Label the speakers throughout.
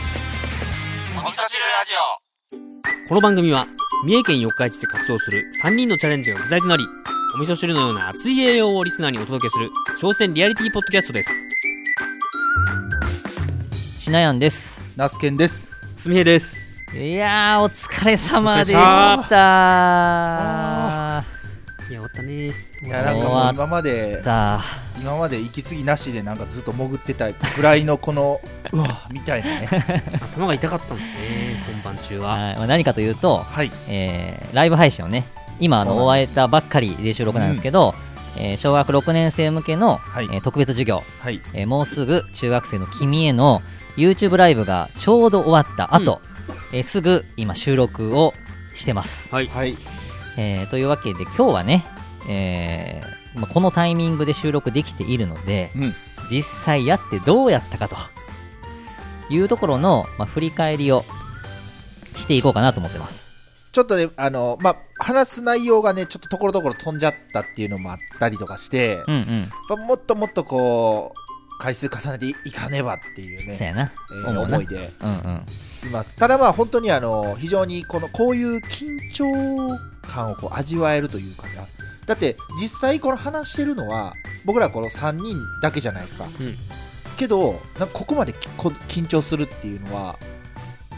Speaker 1: 味噌汁ラジオ
Speaker 2: この番組は三重県四日市で活動する3人のチャレンジャーが不在となりお味噌汁のような熱い栄養をリスナーにお届けする挑戦リアリティポッドキャストです
Speaker 3: しなやんです
Speaker 4: ナスケンです。
Speaker 2: すみへです
Speaker 3: いやーお疲れ様でし
Speaker 2: お疲
Speaker 3: たあ
Speaker 2: いや終わったね
Speaker 4: いやなんかも
Speaker 3: 終わ
Speaker 4: う
Speaker 3: った
Speaker 4: 今まで
Speaker 3: だ
Speaker 4: 今まで息継ぎなしでなんかずっと潜ってたぐらいのこのうわみたいなね。
Speaker 2: 頭が痛かったんですね本番中は
Speaker 3: はいまあ何かというと、
Speaker 4: はい。
Speaker 3: えーライブ配信をね今あの
Speaker 4: そうなん
Speaker 3: 終えたばっかりで収録なんですけど、えー小学6年生向けの、
Speaker 4: はい
Speaker 3: えー特別授業、
Speaker 4: はい。
Speaker 3: えーもうすぐ中学生の君への YouTube ライブがちょうど終わった後、えーすぐ今収録をしてます
Speaker 4: はい。
Speaker 3: えーというわけで今日はね、えーまあ、このタイミングで収録できているので、
Speaker 4: うん
Speaker 3: 実際やってどうやったかというところの、まあ、振り返りをしていこうかなと思ってます。
Speaker 4: ちょっとねあのまあ話す内容がねちょっとところどころ飛んじゃったっていうのもあったりとかして、
Speaker 3: うんうん、
Speaker 4: まあもっともっとこう回数重ねていかねばっていう
Speaker 3: そう
Speaker 4: ね、
Speaker 3: やな、
Speaker 4: え
Speaker 3: 思
Speaker 4: ー
Speaker 3: うな
Speaker 4: 思いで
Speaker 3: うんうん、
Speaker 4: います。ただまあ本当にあの非常にこのこういう緊張感をこう味わえるというかな。だって実際この話してるのは僕らこの3人だけじゃないですか。
Speaker 2: うん
Speaker 4: けどなんかここまできこ緊張するっていうのは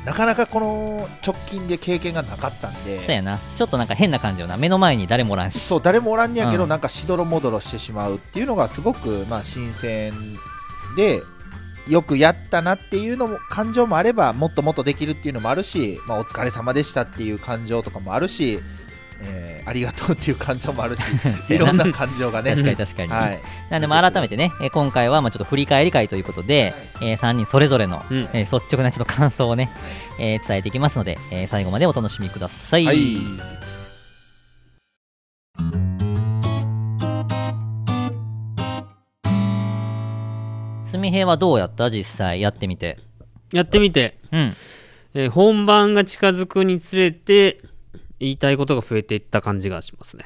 Speaker 4: なかなかこの直近で経験がなかったんで。
Speaker 3: そうやなちょっとなんか変な感じよな目の前に誰もおらん し
Speaker 4: そう誰もおらんねやけど、
Speaker 3: うん
Speaker 4: なんかしどろもどろしてしまうっていうのがすごく、まあ、新鮮でよくやったなっていうのも感情もあればもっともっとできるっていうのもあるし、まあ、お疲れ様でしたっていう感情とかもあるし、えーありがとうっていう感情も あるし
Speaker 3: う
Speaker 4: い
Speaker 3: やな
Speaker 4: ろんな感情がね
Speaker 3: 確かに確かに、
Speaker 4: はい、
Speaker 3: なんでまあ改めてね、えー今回はまあちょっと振り返り会ということで、え3人それぞれの、
Speaker 2: うん
Speaker 3: えー率直なちょっと感想をね、えー伝えていきますので、えー最後までお楽しみください。
Speaker 4: はい
Speaker 3: すみへいはどうやった実際やってみて。
Speaker 2: やってみて、
Speaker 3: うん。
Speaker 2: えー本番が近づくにつれて言いたいことが増えていった感じがしますね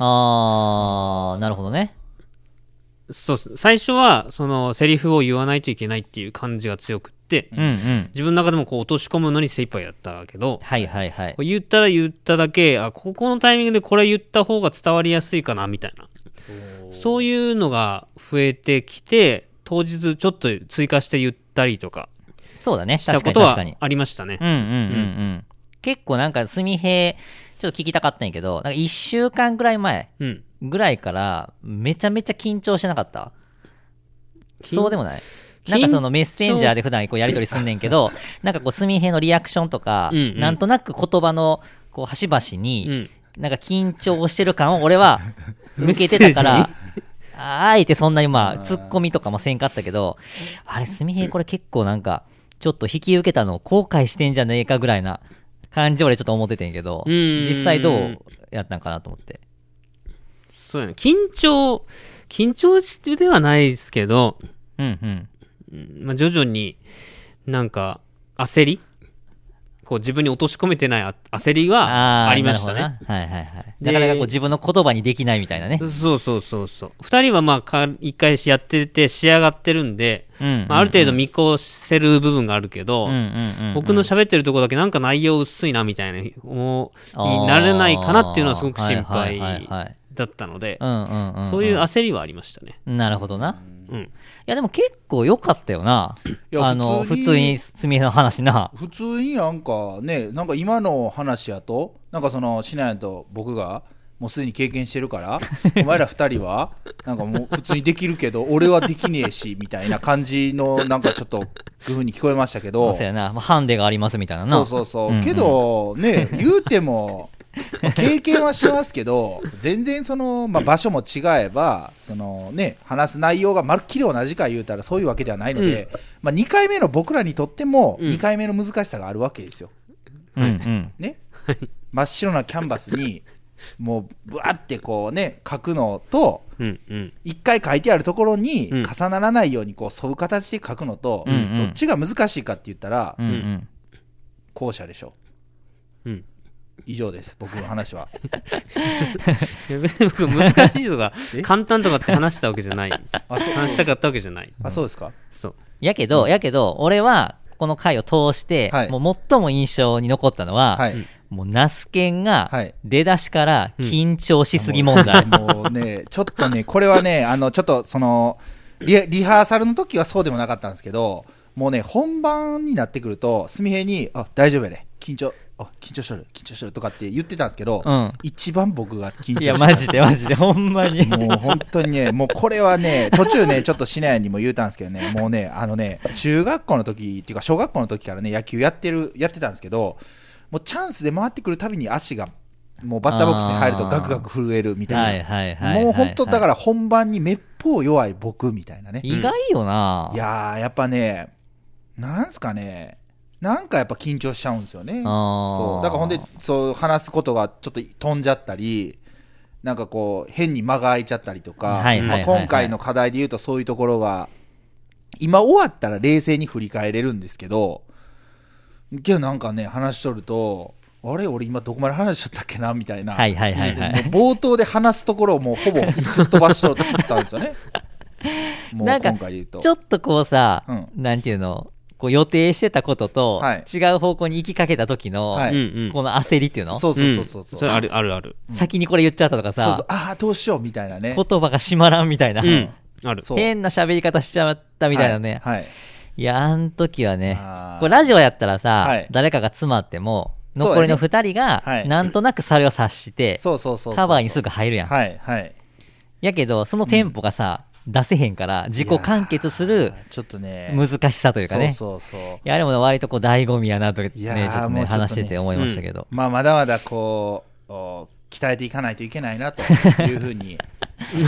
Speaker 3: あー、なるほどね。
Speaker 2: そうっす最初はそのセリフを言わないといけないっていう感じが強くって、
Speaker 3: うんうん。
Speaker 2: 自分の中でもこう落とし込むのに精一杯だったけど、
Speaker 3: はいはいはい
Speaker 2: こ。う言ったら言っただけあここのタイミングでこれ言った方が伝わりやすいかなみたいなそういうのが増えてきて当日ちょっと追加して言ったりとか
Speaker 3: そうだね。
Speaker 2: した
Speaker 3: 確
Speaker 2: こ
Speaker 3: かに
Speaker 2: と
Speaker 3: 確
Speaker 2: は
Speaker 3: かに。
Speaker 2: ありましたね
Speaker 3: うんうんうんうん。結構なんか、すみへい、ちょっと聞きたかったんやけど、なんか1週間ぐらい前
Speaker 2: うん
Speaker 3: ぐらいから、めちゃめちゃ緊張してなかった
Speaker 2: 緊
Speaker 3: そうでもない
Speaker 2: 緊
Speaker 3: なんかそのメッセンジャーで普段こうやり取りすんねんけど、なんかこう、すみへいのリアクションとか、
Speaker 2: うんうん
Speaker 3: なんとなく言葉の、こう、端々
Speaker 2: う
Speaker 3: に、
Speaker 2: ん
Speaker 3: なんか緊張してる感を俺 は受けてたから、ああえてそんなにまあ、
Speaker 4: あー
Speaker 3: ツッコミとかもせんかったけど、あれ、すみへいこれ結構なんか、ちょっと引き受けたのを後悔してんじゃねえかぐらいな感じ俺ちょっと思っててんけど、
Speaker 2: うんうんうん
Speaker 3: 実際どうやったんかなと思って。
Speaker 2: そうやね緊張緊張してではないですけど、
Speaker 3: うんうん。
Speaker 2: うんまあ、徐々になんか焦りこう自分に落とし込めてないあ焦りは
Speaker 3: ー
Speaker 2: ありましたね
Speaker 3: なるほどなはいはいはい。
Speaker 2: で
Speaker 3: なかなかこう自分の言葉にできないみたいなね。
Speaker 2: そうそうそうそう2人はまあか一回しやってて仕上がってるんで、
Speaker 3: うん
Speaker 2: まあ、ある程度見越せる部分があるけど、
Speaker 3: うんうんうん、
Speaker 2: 僕の喋ってるとこだけなんか内容薄いなみたいな思うになれないかなっていうのはすごく心
Speaker 3: あーはいはいはいは
Speaker 2: 配
Speaker 3: い
Speaker 2: だったので
Speaker 3: うんうんうんん
Speaker 2: そういう焦りはありましたね
Speaker 3: なるほどな。
Speaker 2: うん
Speaker 3: いやでも結構良かったよな。
Speaker 4: いや
Speaker 3: あの、普
Speaker 4: 普通に
Speaker 3: 通にすみへの話な。
Speaker 4: 普通になんかねなんか今の話やとなんかそのシナヤと僕がもうすでに経験してるから お前ら二人はなんかもう普通にできるけど俺はできねえしみたいな感じのなんかちょっと工夫に聞こえましたけど
Speaker 3: そうやな。まあハンデがありますみたいなな。
Speaker 4: そうそうそう、
Speaker 3: んん
Speaker 4: け、どね言うてもまあ経験はしますけど全然その、まあ、場所も違えばそのね話す内容がまるっきり同じか言うたらそういうわけではないので、まあ、2回目の僕らにとっても
Speaker 2: うん
Speaker 4: 2回目の難しさがあるわけですよ。
Speaker 3: うんうん。
Speaker 4: ね、真っ白なキャンバスに もうぶわってこうね書くのと
Speaker 2: うんうん
Speaker 4: 一回書いてあるところに
Speaker 2: うん
Speaker 4: 重ならないようにこう沿う形で書くのと、
Speaker 3: うんうん
Speaker 4: どっちが難しいかって言ったら
Speaker 3: うんうん。
Speaker 4: 後者でしょ
Speaker 2: うん
Speaker 4: 以上です僕の 話は
Speaker 2: いや別に僕難しいと か
Speaker 4: え
Speaker 2: 簡単とかって話したわけじゃない
Speaker 4: あそう
Speaker 2: 話したかったわけじゃない
Speaker 4: あそうですか
Speaker 2: そう
Speaker 3: やけど、やけど、俺は、この回を通して、
Speaker 4: はい
Speaker 3: もう最も印象に残ったのは、
Speaker 4: はい、
Speaker 3: もうナスケンが
Speaker 4: はい、
Speaker 3: 出だしから
Speaker 2: うん
Speaker 3: 緊張しすぎ問題。
Speaker 4: もうね、ちょっとね、これはね、あの、ちょっとその、リリハーサルの時はそうでもなかったんですけど、もうね、本番になってくると、すみへいに、あ、大丈夫やね。緊張、あ、緊張しとる、緊張しとるとかって言ってたんですけど、
Speaker 3: うん
Speaker 4: 一番僕が緊張
Speaker 3: い
Speaker 4: し
Speaker 3: や、
Speaker 4: て
Speaker 3: マジでマジで、ほんまに。
Speaker 4: もう本当にね、もうこれはね、途中ね、ちょっとシナヤにも言うたんですけどね、もうね、あのね、中学校の時っていうか、小学校の時からね、野球やってる、やってたんですけど、もうチャンスで回ってくるたびに足が、もうバッターボックスに入るとガクガク震えるみたいな。
Speaker 3: はいはいはいはいはい。。
Speaker 4: もう本当だからら本番にめっぽう弱い僕みたいなね。
Speaker 3: 意外よない
Speaker 4: やー、やっぱね、なんすかね、なんかやっぱ緊張しちゃうんですよね。
Speaker 3: あー
Speaker 4: そうだからほんで、そう話すことがちょっと飛んじゃったり、なんかこう、変に間が空いちゃったりとか、
Speaker 3: はいはいはいはい
Speaker 4: まあ今回の課題で言うとそういうところが、今終わったら冷静に振り返れるんですけど、けどなんかね、話しとると、あれ俺今どこまで話しちゃったっけなみたいな。
Speaker 3: はいはいはいはい
Speaker 4: もう冒頭で話すところをもうほぼ吹っ飛ばしとったんです よね。もう
Speaker 3: な
Speaker 4: 今
Speaker 3: んか
Speaker 4: 回で言うと。
Speaker 3: ちょっとこうさ、
Speaker 4: うん
Speaker 3: なんていうの、こう予定してたことと
Speaker 4: はい、
Speaker 3: 違う方向に行きかけた時の、
Speaker 4: はい
Speaker 2: うんうん
Speaker 3: この焦りっていうの
Speaker 4: そうそうそうそう。
Speaker 2: んそれあるあるある
Speaker 3: 先にこれ言っちゃったとか
Speaker 4: そうそ
Speaker 3: さ
Speaker 4: う、ああ、どうしようみたいな
Speaker 3: 言
Speaker 4: ね。
Speaker 3: 葉が締まらんみたいな、
Speaker 2: うんある
Speaker 4: そう
Speaker 3: 変な喋り方しちゃったみたいなね。
Speaker 4: はい。はい
Speaker 3: いや、あん時はね
Speaker 4: あー、
Speaker 3: これラジオやったらさ、
Speaker 4: はい
Speaker 3: 誰かが詰まっても、
Speaker 4: そうやね
Speaker 3: 残りの二人が
Speaker 4: は、い
Speaker 3: なんとなくそれを察して、
Speaker 4: そうそうそうそう。
Speaker 3: カバーにすぐ入るやん。
Speaker 4: はいはい。
Speaker 3: やけど、そのテンポがさ、出せへんから、自己完結す
Speaker 4: いや
Speaker 3: る
Speaker 4: ーちょっとね。
Speaker 3: 難しさというかね。
Speaker 4: そうそうそう。
Speaker 3: いや、でも割とこう、醍醐味やなとね、
Speaker 4: い
Speaker 3: ちょ
Speaker 4: や
Speaker 3: っ
Speaker 4: ー
Speaker 3: と
Speaker 4: も
Speaker 3: ね、
Speaker 4: うちょっとね
Speaker 3: 話してて思いましたけど。
Speaker 4: まあ、まだまだこう、お鍛えていかないといけないなというふうに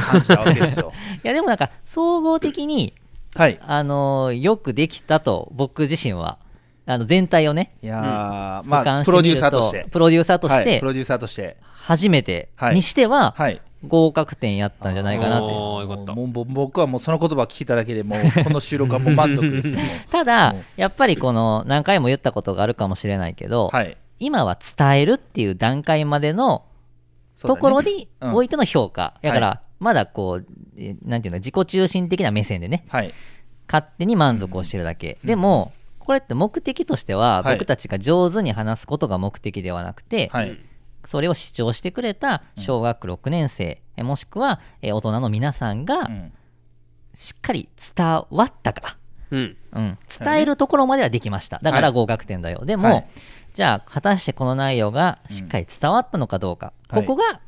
Speaker 4: 感じたわけで すよ。
Speaker 3: いや、でもなんか、総合的に、
Speaker 4: はい。
Speaker 3: あのーよくできたと、僕自身は、あの、全体をね、
Speaker 4: いやー、
Speaker 3: 俯
Speaker 4: ま
Speaker 3: 瞰
Speaker 4: あ、
Speaker 3: してみる
Speaker 4: プロデューサーとして。
Speaker 3: プロデューサーとし
Speaker 4: はい
Speaker 3: て
Speaker 4: プ、ロデューサーとして。
Speaker 3: 初めて
Speaker 4: はい
Speaker 3: にしては、
Speaker 4: はい。
Speaker 3: 合格点やったんじゃないかなっていう。
Speaker 2: おーよかった
Speaker 4: もうもう僕はもうその言葉聞いただけでもうこの収録はもう満足ですよ。も
Speaker 3: ただ
Speaker 4: うん、
Speaker 3: やっぱりこの、何回も言ったことがあるかもしれないけど、
Speaker 4: うはい。
Speaker 3: 今は伝えるっていう段階までのところに
Speaker 4: うん
Speaker 3: おいての評価。だか
Speaker 4: は
Speaker 3: ら、まだこう、えなんていうの、自己中心的な目線でね、
Speaker 4: はい。
Speaker 3: 勝手に満足をしてるだけ。でも、これって目的としては、
Speaker 4: はい
Speaker 3: 僕たちが上手に話すことが目的ではなくて、
Speaker 4: はい。
Speaker 3: それを視聴してくれた小学6年生、えもしくはえ大人の皆さんが
Speaker 4: う、ん
Speaker 3: しっかり伝わったか。
Speaker 2: うん
Speaker 3: うん、伝えるところまではできました。だか
Speaker 4: は
Speaker 3: ら
Speaker 4: い
Speaker 3: 合格点だよ。でも、
Speaker 4: はい
Speaker 3: じゃあ、果たしてこの内容がしっかり伝わったのかどうか。
Speaker 4: はい
Speaker 3: ここが、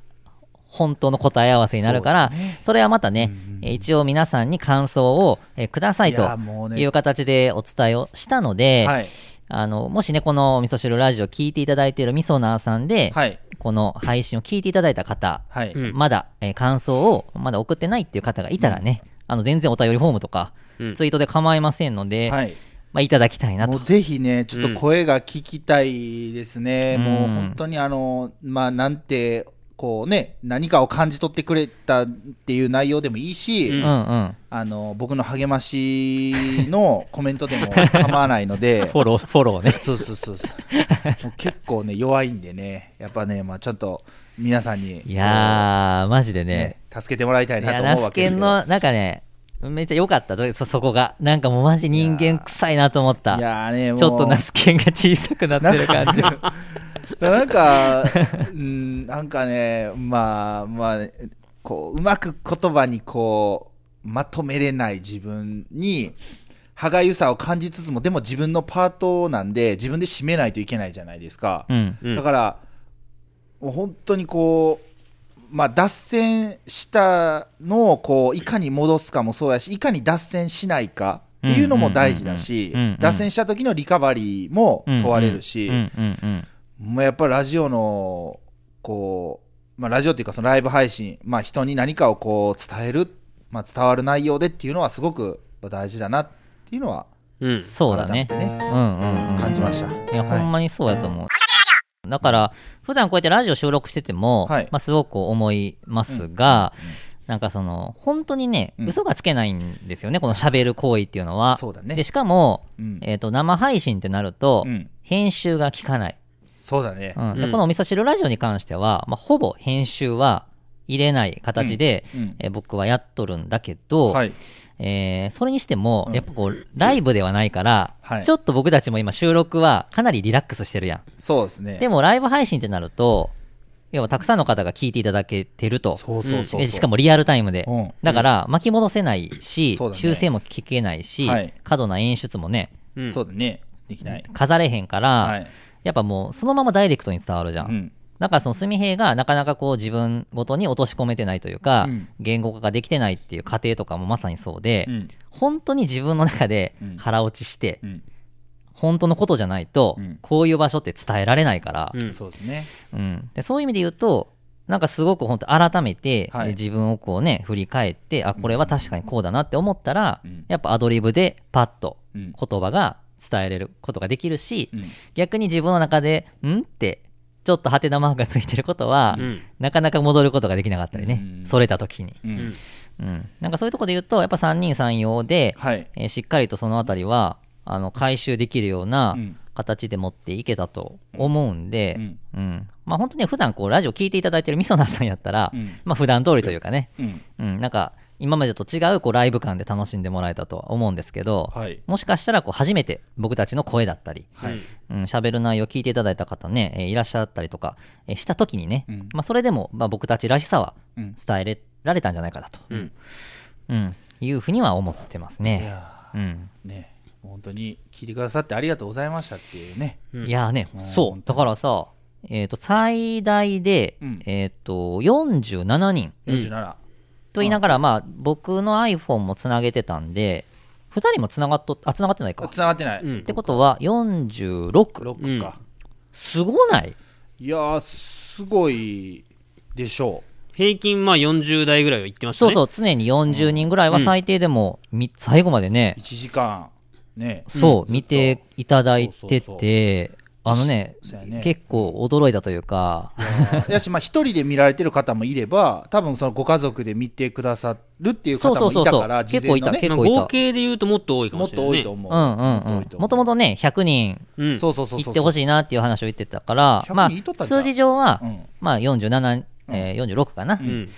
Speaker 3: 本当の答え合わせになるから、それはまたね、えー一応皆さんに感想を、えーください
Speaker 4: い
Speaker 3: と
Speaker 4: やもうね
Speaker 3: いう形でお伝えをしたので、
Speaker 4: はい。
Speaker 3: あの、もしね、この味噌汁ラジオ聞いていただいているみそなーさんで、
Speaker 4: はい。
Speaker 3: この配信を聞いていただいた方、
Speaker 4: はい。
Speaker 2: うん
Speaker 3: まだ、えー感想をまだ送ってないっていう方がいたらね、あの全然お便りフォームとか、
Speaker 2: うん
Speaker 3: ツイートで構いませんので、
Speaker 4: はい。
Speaker 3: まあ、いただきたいな
Speaker 4: も
Speaker 3: と
Speaker 4: う。ぜひね、ちょっと声が聞きたいですね。
Speaker 3: うん
Speaker 4: もう本当にあの、まあなんて、こうね、何かを感じ取ってくれたっていう内容でもいいし、
Speaker 3: うんうん。
Speaker 4: あの、僕の励ましのコメントでも構わない ので、
Speaker 3: フォロー、フォローね。
Speaker 4: そうそうそうそう。もう結構ね、弱いんでね、やっぱね、まあちょっと皆さんに、
Speaker 3: いやー、マジで
Speaker 4: こうね
Speaker 3: ね。、
Speaker 4: 助けてもらいたい
Speaker 3: い
Speaker 4: な
Speaker 3: や、
Speaker 4: と思
Speaker 3: ナ
Speaker 4: う
Speaker 3: ス
Speaker 4: わけで
Speaker 3: ケ
Speaker 4: す
Speaker 3: ン
Speaker 4: けど。
Speaker 3: の、なんかね、めっちゃ良かったぞそ、そこが。なんかもうマジ人間臭いなと思った。
Speaker 4: い
Speaker 3: ち
Speaker 4: やーね、もう
Speaker 3: ょっとナスケンが小さくなってる感じ。
Speaker 4: なんか、うん、なんかね、まあ、まあ、こう、うまく言葉にこう、まとめれない自分に、歯がゆさを感じつつも、でも自分のパートなんで、自分で締めないといけないじゃないですか。
Speaker 3: うん。
Speaker 2: うん
Speaker 4: だから、もう本当にこう、まあ、脱線したのをこういかに戻すかもそうやしいかに脱線しないかっていうのも大事だし
Speaker 3: うんうんうんうん
Speaker 4: 脱線した時のリカバリーも問われるし、
Speaker 3: うんうんうん。
Speaker 4: もうやっぱりラジオの、こう、まあ、ラジオっていうかそのライブ配信、まあ、人に何かをこう伝える、まあ、伝わる内容でっていうのはすごく大事だなっていうのは
Speaker 2: うん
Speaker 3: そうだね。
Speaker 4: 改めてね
Speaker 3: うんうんうん。
Speaker 4: 感じました。
Speaker 3: いや、
Speaker 4: はい
Speaker 3: ほんまにそうやと思う。だから、普段こうやってラジオ収録してても、
Speaker 4: はい
Speaker 3: まあ、すごく思いますが、なんかその、本当にね、
Speaker 4: うん
Speaker 3: 嘘がつけないんですよね、この喋る行為っていうのは。
Speaker 4: そうだね
Speaker 3: で、しかも、
Speaker 4: うん
Speaker 3: えっ、と、生配信ってなると、
Speaker 4: うん
Speaker 3: 編集が効かない。
Speaker 4: そうだね。
Speaker 3: うん、
Speaker 2: う
Speaker 3: で
Speaker 2: ん
Speaker 3: このお味噌汁ラジオに関しては、まあ、ほぼ編集は入れない形で、
Speaker 4: うん
Speaker 3: えー僕はやっとるんだけど、
Speaker 4: はい。
Speaker 3: えーそれにしても、
Speaker 4: うん
Speaker 3: やっぱこうライブではないから、
Speaker 4: はい
Speaker 3: ちょっと僕たちも今収録はかなりリラックスしてるや
Speaker 4: そうです
Speaker 3: ん
Speaker 4: ね。
Speaker 3: でもライブ配信ってなると要はたくさんの方が聞いていただけてると
Speaker 4: そうそうそうそう、
Speaker 3: えしかもリアルタイムで、
Speaker 4: うん
Speaker 3: だから巻き戻せないし、
Speaker 4: そうだね
Speaker 3: 修正も聞けないし、
Speaker 4: はい
Speaker 3: 過度な演出もね
Speaker 2: うん
Speaker 4: そうだね。できない。
Speaker 3: 飾れへんから、
Speaker 4: はい。
Speaker 3: やっぱもうそのままダイレクトに伝わるじゃん、
Speaker 4: うん。
Speaker 3: だからその純平がなかなかこう自分ごとに落とし込めてないというか、
Speaker 4: うん
Speaker 3: 言語化ができてないっていう過程とかもまさにそうで、
Speaker 4: うん。
Speaker 3: 本当に自分の中で
Speaker 4: うん
Speaker 3: 腹落ちして、
Speaker 4: うん。
Speaker 3: 本当のことじゃないと、
Speaker 4: うん
Speaker 3: こういう場所って伝えられないから、
Speaker 2: うん
Speaker 4: そうですね。
Speaker 3: うんでそういう意味で言うとなんかすごく本当改めて、
Speaker 4: はい
Speaker 3: え自分をこうね振り返ってあこれは確かにこうだなって思ったら、
Speaker 4: うん
Speaker 3: やっぱアドリブでパッと
Speaker 4: うん
Speaker 3: 言葉が伝えれることができるし、
Speaker 4: うん。
Speaker 3: 逆に自分の中で「ん?」ってちょっとハテナマークがついてることは、
Speaker 2: うん
Speaker 3: なかなか戻ることができなかったりね、
Speaker 4: うん
Speaker 3: それた時に、
Speaker 4: う
Speaker 2: うんん。
Speaker 3: うん、なんかそういうところで言うとやっぱ三人三様で、
Speaker 4: はい。
Speaker 3: えーしっかりとそのあたりはあの回収できるような
Speaker 4: うん
Speaker 3: 形で持っていけたと思うんで、
Speaker 4: う
Speaker 3: うんんまあ本当ね普段こうラジオ聞いていただいてるみそなさんやったら、
Speaker 4: うん
Speaker 3: まあ普段通りというかね、
Speaker 4: うん。
Speaker 3: うん、なんか今までと違うこうライブ感で楽しんでもらえたとは思うんですけど、
Speaker 4: はい。
Speaker 3: もしかしたらこう初めて僕たちの声だったり、
Speaker 4: はい。
Speaker 3: うん、喋る内容を聞いていただいた方ね、えーいらっしゃったりとか、えーした時にね、
Speaker 4: うん
Speaker 3: まあ、それでも、まあ、僕たちらしさは
Speaker 4: うん
Speaker 3: 伝えれられたんじゃないかなと、
Speaker 2: うん
Speaker 3: うんいうふうには思ってます
Speaker 4: い
Speaker 3: ね。
Speaker 4: や
Speaker 3: うん、
Speaker 4: ーね、本当に聞いてくださってありがとうございましたっていうね。
Speaker 2: うん
Speaker 3: いやーね、
Speaker 4: うん
Speaker 3: そ
Speaker 4: 本
Speaker 3: う、
Speaker 4: 当
Speaker 3: だからさ、えー、と最大で、
Speaker 4: うん
Speaker 3: えー、と47人
Speaker 2: うん
Speaker 4: 47。
Speaker 3: と言いながら、まあ、僕の iPhone もつなげてたんで、2人もつながっとあつながってないか。っ
Speaker 4: つながってない。
Speaker 2: うん
Speaker 3: てことは、46、
Speaker 4: 6か。
Speaker 3: すごない
Speaker 4: いやー、すごいでしょ
Speaker 2: 平均まあ40代ぐらいは行ってました
Speaker 3: そ
Speaker 2: ね。
Speaker 3: うそう、常に40人ぐらいは最低でも、み最後までね
Speaker 4: う。1、時間。ね。
Speaker 3: そう、
Speaker 4: ん
Speaker 3: 見ていただいて
Speaker 4: そうそう
Speaker 3: て、あのね
Speaker 4: そうやね
Speaker 3: 結構驚いたというか、
Speaker 4: やし、まあ、一人で見られてる方もいれば、多分そのご家族で見てくださるっていう方
Speaker 3: そうそ
Speaker 4: も
Speaker 3: うそ
Speaker 4: いうた
Speaker 3: そう
Speaker 4: から、
Speaker 3: 結構いた
Speaker 4: 事前のね
Speaker 3: 結構いた
Speaker 2: 合計で言うともっと多いか
Speaker 4: も
Speaker 2: も
Speaker 4: っ
Speaker 2: しれない、
Speaker 4: と多
Speaker 2: ね。
Speaker 4: いと思う。
Speaker 3: うんうん
Speaker 4: もっと
Speaker 3: う
Speaker 4: 多い
Speaker 3: ん
Speaker 4: と。思う
Speaker 3: もともとね、100人
Speaker 2: うん。
Speaker 4: そうそうそうそう。
Speaker 3: 行ってほ
Speaker 4: い。
Speaker 3: しいなっていう話を言ってたから、
Speaker 4: 100
Speaker 3: まあ
Speaker 4: 人いとった、んちゃう
Speaker 3: 数字上は
Speaker 4: う、ん。
Speaker 3: まあ47、えー46かな
Speaker 2: う。ん。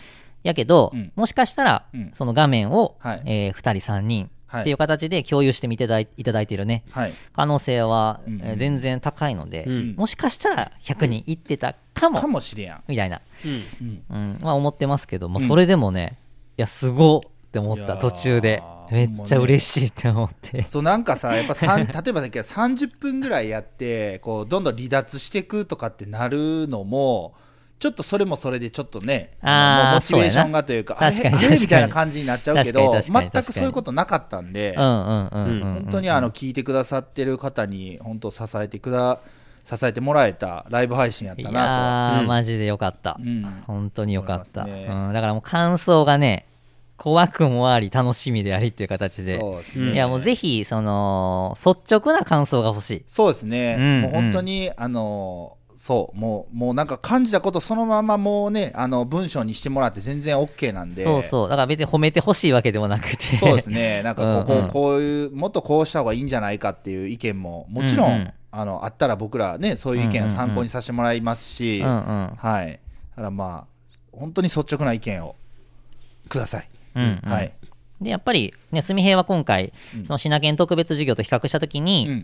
Speaker 3: やけど
Speaker 4: うん、
Speaker 3: もしかしたら
Speaker 4: うん、
Speaker 3: その画面を、
Speaker 4: はい
Speaker 3: えー2人3人
Speaker 4: はい
Speaker 3: っていう形で共有してみていただいいただいているね、
Speaker 4: はい。
Speaker 3: 可能性は
Speaker 4: うん
Speaker 3: えー全然高いので
Speaker 2: う、ん
Speaker 3: もしかしたら100人行ってたか
Speaker 4: か
Speaker 3: も、
Speaker 4: もしれやん。
Speaker 3: みたいな。
Speaker 2: うん。
Speaker 4: うん。
Speaker 3: うん、まあ思ってますけど、まあ、
Speaker 4: うん
Speaker 3: それでもね、いや、すごって思っ
Speaker 4: いや
Speaker 3: た、
Speaker 4: ー
Speaker 3: 途中で。めっちゃ嬉しいって思って。
Speaker 4: そうなんかさ、やっぱさん 例えばだけど30分ぐらいやって、こうどんどん離脱していくとかってなるのも、ちょっとそれもそれでちょっとね、
Speaker 3: あー
Speaker 4: もうモチベーションがというか、あ
Speaker 3: そうや
Speaker 4: れ
Speaker 3: な確かに確
Speaker 4: あれ
Speaker 3: かに
Speaker 4: みたいな感じになっちゃうけ
Speaker 3: 確か
Speaker 4: ど、
Speaker 3: に確かに
Speaker 4: 全くそういうことなかったんで
Speaker 3: う、んうんうんうんうん。
Speaker 4: 本当にあの聞いてくださってる方に、本当支えてくだ、支えてもらえたライブ配信やっ
Speaker 3: い
Speaker 4: た
Speaker 3: や
Speaker 4: な
Speaker 3: ー、
Speaker 2: うん
Speaker 3: マジでよかった
Speaker 4: と。。うん
Speaker 3: 本当によかった、
Speaker 4: 思いますね
Speaker 3: うん。だからもう感想がね、怖くもあり、楽しみでありっていう形で。
Speaker 4: そうです
Speaker 2: う
Speaker 4: ね。
Speaker 2: ん
Speaker 3: いや、もうぜひ、その、率直な感想が欲しい。
Speaker 4: そうですね、
Speaker 3: うん
Speaker 4: もう本当に、あのそうもうもうなんか感じたことそのままもうねあの文章にしてもらって全然 OK なんで
Speaker 3: そうそう。だから別に褒めてほしいわけでもなくて。
Speaker 4: そうで すねなんかここ、
Speaker 3: うんうん
Speaker 4: こういうもっとこうした方がいいんじゃないかっていう意見ももちろ
Speaker 3: う
Speaker 4: ん、
Speaker 3: んうん
Speaker 4: あのあったら僕らねそういう意見を参考にさせてもらいますし、
Speaker 3: うんうん。
Speaker 4: はいただまあ本当に率直な意見をください、
Speaker 3: うん、うん。
Speaker 4: はい、
Speaker 3: で、やっぱり、ね、すみへいは今回、その、シナケン特別授業と比較したときに、
Speaker 4: うん、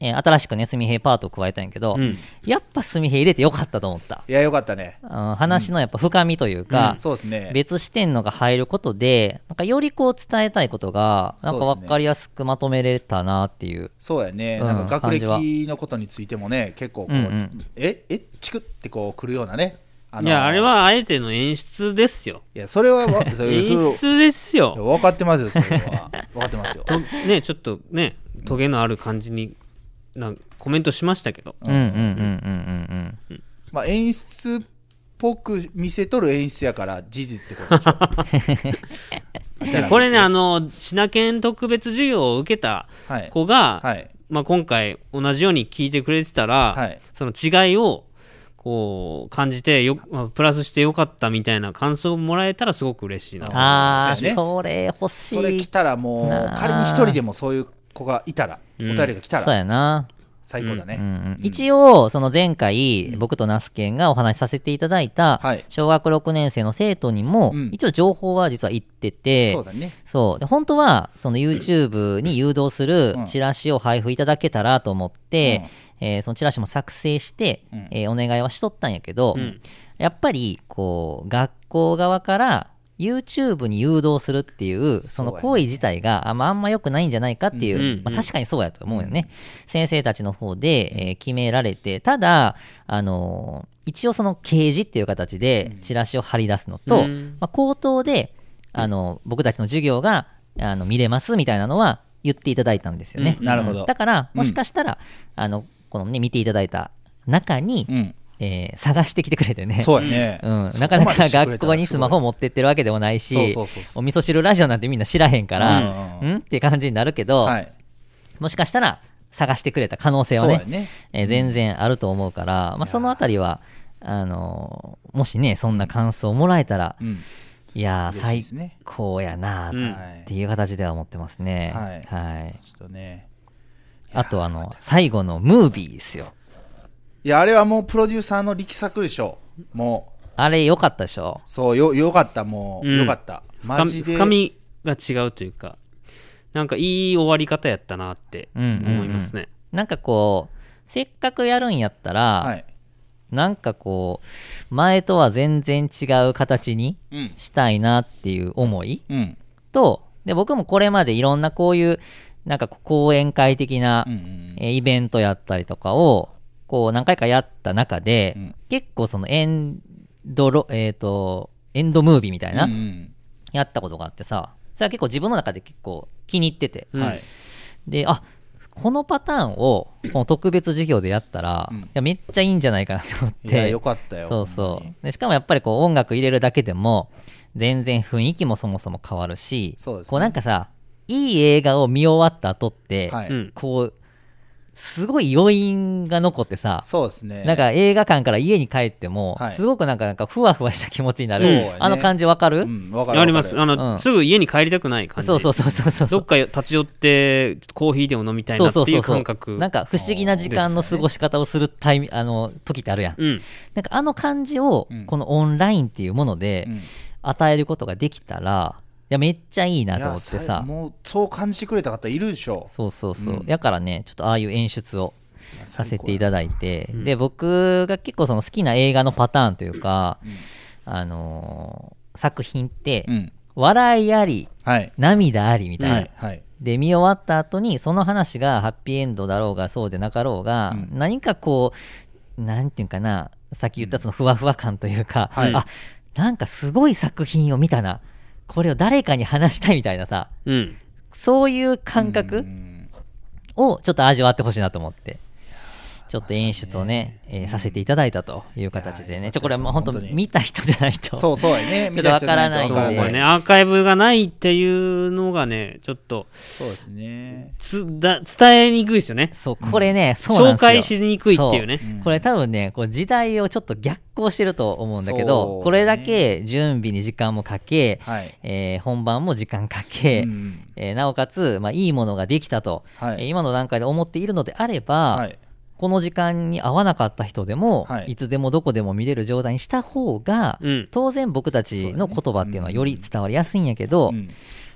Speaker 3: えー新しくね、すみへいパートを加えたんやけど、
Speaker 2: うん
Speaker 3: やっぱすみへい入れてよかったと思った。
Speaker 4: いやよかったね
Speaker 3: うん話のやっぱ深みというか、
Speaker 4: そうですね
Speaker 3: 別視点のが入ることで、なんかよりこう伝えたいことが、なんか
Speaker 4: そうですね
Speaker 3: 分かりやすくまとめれたなっていう。
Speaker 4: そうやね、
Speaker 3: うん
Speaker 4: なんか学
Speaker 3: 感
Speaker 4: 歴のことについてもね、結構こう、
Speaker 3: うんうん
Speaker 4: ええチクってこう、くるようなね、あ
Speaker 2: いや、あれ、はあえての演出ですよ。
Speaker 4: いや、それはわ、それ
Speaker 2: 演
Speaker 4: そ
Speaker 2: 出です
Speaker 4: れ
Speaker 2: よ。
Speaker 4: 分かってますよ、それは。分かってますよ。
Speaker 2: とね、ちょっとね、トゲのある感じになんコメントしましたけど。
Speaker 3: うんうんうんうんうんうん。
Speaker 4: まあ、演出っぽく見せとる演出やから、事実ってことでしょ。じゃあ
Speaker 2: これね、あの、シナケン特別授業を受けた
Speaker 4: はい。
Speaker 2: 子が、
Speaker 4: はい。
Speaker 2: まあ、今回同じように聞いてくれてたら、
Speaker 4: はい
Speaker 2: その違いをこう感じてよ、まあプラスしてよかったみたいな感想をもらえたらすごく嬉しいな。
Speaker 3: ああ、
Speaker 4: そうですね
Speaker 3: それ欲しい。
Speaker 4: それ来たらもう
Speaker 3: な、あ
Speaker 4: 仮に一人でもそういう子がいたら、お便りが来た
Speaker 3: そう
Speaker 4: ら、
Speaker 3: やな。
Speaker 4: 最高だね、
Speaker 3: うんうん一応、その前回、僕とナスケンがお話しさせていただいた
Speaker 4: はい、
Speaker 3: 小学6年生の生徒にも
Speaker 5: うん、
Speaker 3: 一応情報は実は言ってて、
Speaker 5: そうだね。
Speaker 3: そう。で、本当は、その YouTube に誘導する
Speaker 5: うん
Speaker 3: チラシを配布いただけたらと思って、えーそのチラシも作成して、
Speaker 5: うん
Speaker 3: えーお願いはしとったんやけど、
Speaker 2: うん
Speaker 3: やっぱり、こう、学校側から、YouTube に誘導するっていう、その行為自体が、あまあ、あんま良くないんじゃないかっていう、
Speaker 2: うんうん
Speaker 3: まあ、確かにそうやと思うよね。先生たちの方で、えー決められて、ただ、あのー一応その掲示っていう形でチラシを貼り出すのと、
Speaker 2: うん
Speaker 3: まあ、口頭で、あの、僕たちの授業が、あの、見れますみたいなのは言っていただいたんですよね。
Speaker 2: うん
Speaker 5: なるほど
Speaker 3: だから、
Speaker 5: うん
Speaker 3: もしかしたら、あの、このね、見ていただいた中に、
Speaker 5: うん。
Speaker 3: えー探してきてくれてね。
Speaker 5: そうやね。
Speaker 3: うん、
Speaker 5: そこまで
Speaker 3: なかなか
Speaker 5: してくれたら
Speaker 3: 学校にスマホ持ってってるわけでもないし、
Speaker 4: そうそうそうそ
Speaker 3: お味噌汁ラジオなんてみんな知らへんから、
Speaker 5: う
Speaker 3: うん、って感じになるけど、
Speaker 5: はい。
Speaker 3: もしかしたら探してくれた可能性は
Speaker 5: そう
Speaker 3: ね、
Speaker 5: やね。
Speaker 3: えー全然あると思うから、まあ、そのあたりは、あのーもしね、そんな感想をもらえたら、
Speaker 5: うん。
Speaker 3: いやー、
Speaker 5: 嬉しい
Speaker 3: 最
Speaker 5: ですね
Speaker 3: 高やな
Speaker 2: うん
Speaker 3: ーっていう形では思ってますね。
Speaker 5: は
Speaker 3: はい。
Speaker 5: ちょっとね。
Speaker 3: あと、あの、最後のムービーですよ。
Speaker 5: いや、あれはもうプロデューサーの力作でしょ。も
Speaker 3: あれ良かったでしょ
Speaker 5: う、そう、よ、よかった、もう、
Speaker 2: うん
Speaker 5: よかった。マジで。
Speaker 2: 深み深みが違うというかなんかいい終わり方やったなって
Speaker 3: うんうんうん
Speaker 2: 思いますね、
Speaker 3: なんかこう、せっかくやるんやったら、
Speaker 5: はい。
Speaker 3: なんかこう、前とは全然違う形に
Speaker 5: うん。
Speaker 3: したいなっていう思い
Speaker 5: うん。
Speaker 3: と、で、僕もこれまでいろんなこういう、なんかこう講演会的な、
Speaker 5: うんうん。
Speaker 3: えーイベントやったりとかを、こう何回かやった中で、
Speaker 5: うん
Speaker 3: 結構そのエンドロ、えっ、と、エンドムービーみたいな、
Speaker 5: うんうん
Speaker 3: やったことがあってさ、それは結構自分の中で結構気に入ってて、
Speaker 2: うん
Speaker 5: はい。
Speaker 3: で、あ、このパターンを、この特別授業でやったら、
Speaker 5: うん
Speaker 3: いやめっちゃいいんじゃないかなと思って。
Speaker 5: いや、よかったよ。
Speaker 3: そうそ
Speaker 5: ほんまに
Speaker 3: う。でしかもやっぱりこう音楽入れるだけでも、全然雰囲気もそもそも変わるし、
Speaker 5: そうですね
Speaker 3: こうなんかさ、いい映画を見終わった後って、
Speaker 5: はい。
Speaker 2: うん
Speaker 3: こう、すごい余韻が残ってさ、
Speaker 5: そうですね。
Speaker 3: なんか映画館から家に帰っても、
Speaker 5: はい
Speaker 3: すごくなんか、なんかふわふわした気持ちになる。
Speaker 5: そうやね
Speaker 3: あの感じわかる、
Speaker 5: うん、わかる。
Speaker 2: あります
Speaker 5: わ
Speaker 2: あ
Speaker 5: か
Speaker 2: の、
Speaker 3: うん
Speaker 2: すぐ家に帰りたくない感じ
Speaker 3: そうそうそうそうそう。
Speaker 2: どっか立ち寄ってコーヒーでも飲みたいなっていう感覚
Speaker 3: なんか不思議な時間の過ごし方をするタイミあの時ってあるやん、
Speaker 2: うん
Speaker 3: なんかあの感じを
Speaker 5: うん
Speaker 3: このオンラインっていうもの
Speaker 5: る
Speaker 3: で
Speaker 5: うん
Speaker 3: 与えることができたらいやめっちゃいいないと
Speaker 5: や
Speaker 3: 思って
Speaker 5: さ
Speaker 3: さ
Speaker 5: もうそう感じてくれた方いるでしょ
Speaker 3: そうそうそう、
Speaker 5: うん
Speaker 3: だからねちょっとああいう演出をさせていただいて、
Speaker 2: うん
Speaker 3: で僕が結構その好きな映画のパターンというか、あのー作品って、
Speaker 5: うん
Speaker 3: 笑いあり
Speaker 5: はい
Speaker 3: 涙ありみたいな、
Speaker 5: はいはい
Speaker 3: で見終わった後にその話がハッピーエンドだろうがそうでなかろうが、
Speaker 5: うん
Speaker 3: 何かこうなんていうんかなさっき言ったそのふわふわ感というか、
Speaker 2: はい
Speaker 3: あなんかすごい作品を見たなこれを誰かに話したいみたいなさ
Speaker 2: うん
Speaker 3: そういう感
Speaker 5: う
Speaker 3: 覚
Speaker 5: ん
Speaker 3: をちょっと味わってほしいなと思って。ちょっと演出をね、えーさせていただいたという形でね、ちょ、これはもう本当
Speaker 5: 本当に
Speaker 3: 見た人じゃないと。
Speaker 5: そうそうやね
Speaker 3: ちょっとわからないん
Speaker 5: 見
Speaker 3: で
Speaker 5: た人
Speaker 2: そう
Speaker 5: じ
Speaker 2: こ
Speaker 5: ゃないとわから
Speaker 2: れね
Speaker 5: ない
Speaker 2: アーカイブがないっていうのがねちょっと
Speaker 5: そうですね
Speaker 2: つだ伝えにくいですよね
Speaker 3: そう、これね、そうなんですよ。
Speaker 2: 紹介しにくいっていうね
Speaker 3: そ
Speaker 5: うん
Speaker 3: これ多分ね、こう時代をちょっと逆行してると思うんだけ
Speaker 5: そう
Speaker 3: ど、
Speaker 5: ね
Speaker 3: これだけ準備に時間もかけ、
Speaker 5: はい
Speaker 3: えー本番も時間かけ、
Speaker 5: うん
Speaker 3: えーなおかつ、まあ、いいものができたと、
Speaker 5: はい
Speaker 3: えー今の段階で思っているのであれば、
Speaker 5: はい
Speaker 3: この時間に合わなかった人でも、
Speaker 5: はい
Speaker 3: い、つでもどこでも見れる状態にした方が、
Speaker 2: うん
Speaker 3: 当然僕たちの言葉っていうのはより伝わりやすいんやけど、
Speaker 5: うん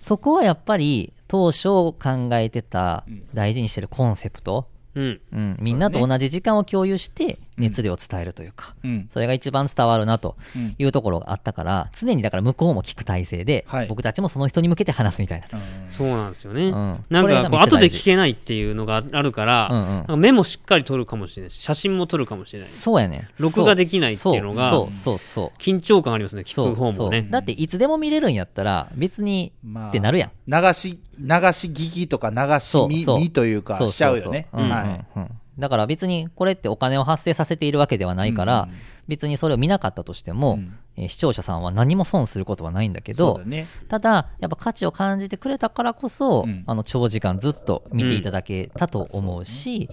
Speaker 3: そこはやっぱり当初考えてた
Speaker 5: うん
Speaker 3: 大事にしてるコンセプト、
Speaker 2: うん
Speaker 3: うん、みんなと同じ時間を共有して熱量を伝えるというか、
Speaker 5: うん
Speaker 3: それが一番伝わるなと
Speaker 5: うん
Speaker 3: いうところがあったから、常にだから向こうも聞く体制で、
Speaker 5: はい
Speaker 3: 僕たちもその人に向けて話すみたいな。
Speaker 5: うん
Speaker 2: そうなんですよね、
Speaker 3: うん
Speaker 2: なんかこう
Speaker 3: これがめっちゃ
Speaker 2: 後
Speaker 3: 大事
Speaker 2: で聞けないっていうのがあるから、
Speaker 3: うんうん
Speaker 2: なんかメモしっかり取るかもしれないし写真も撮るかもしれない
Speaker 3: そうやね。
Speaker 2: 録画できないっていうのが
Speaker 3: そうそうそうそう。
Speaker 2: 緊張感ありますね聞
Speaker 3: そう
Speaker 2: く方も
Speaker 3: そ
Speaker 2: ね
Speaker 3: うだっていつでも見れるんやったら、別に
Speaker 5: まあ
Speaker 3: ってなるやん。
Speaker 5: 流し流し聞きとか流し
Speaker 3: そう
Speaker 5: 見
Speaker 3: そう
Speaker 5: 見というか
Speaker 3: そう
Speaker 5: しち
Speaker 3: そ
Speaker 5: ゃ
Speaker 3: う
Speaker 5: う
Speaker 3: そ
Speaker 5: よ
Speaker 3: う
Speaker 5: ね
Speaker 3: うんうん
Speaker 5: は
Speaker 3: うんだから別にこれってお金を発生させているわけではないから、別にそれを見なかったとして
Speaker 5: う
Speaker 3: も、
Speaker 5: ん
Speaker 3: えー視聴者さんは何も損することはないんだけ
Speaker 5: い
Speaker 3: ど、
Speaker 5: そうだね
Speaker 3: ただやっぱ価値を感じてくれたからこそ、
Speaker 5: うん
Speaker 3: あの長時間ずっと見ていただけたと思うし、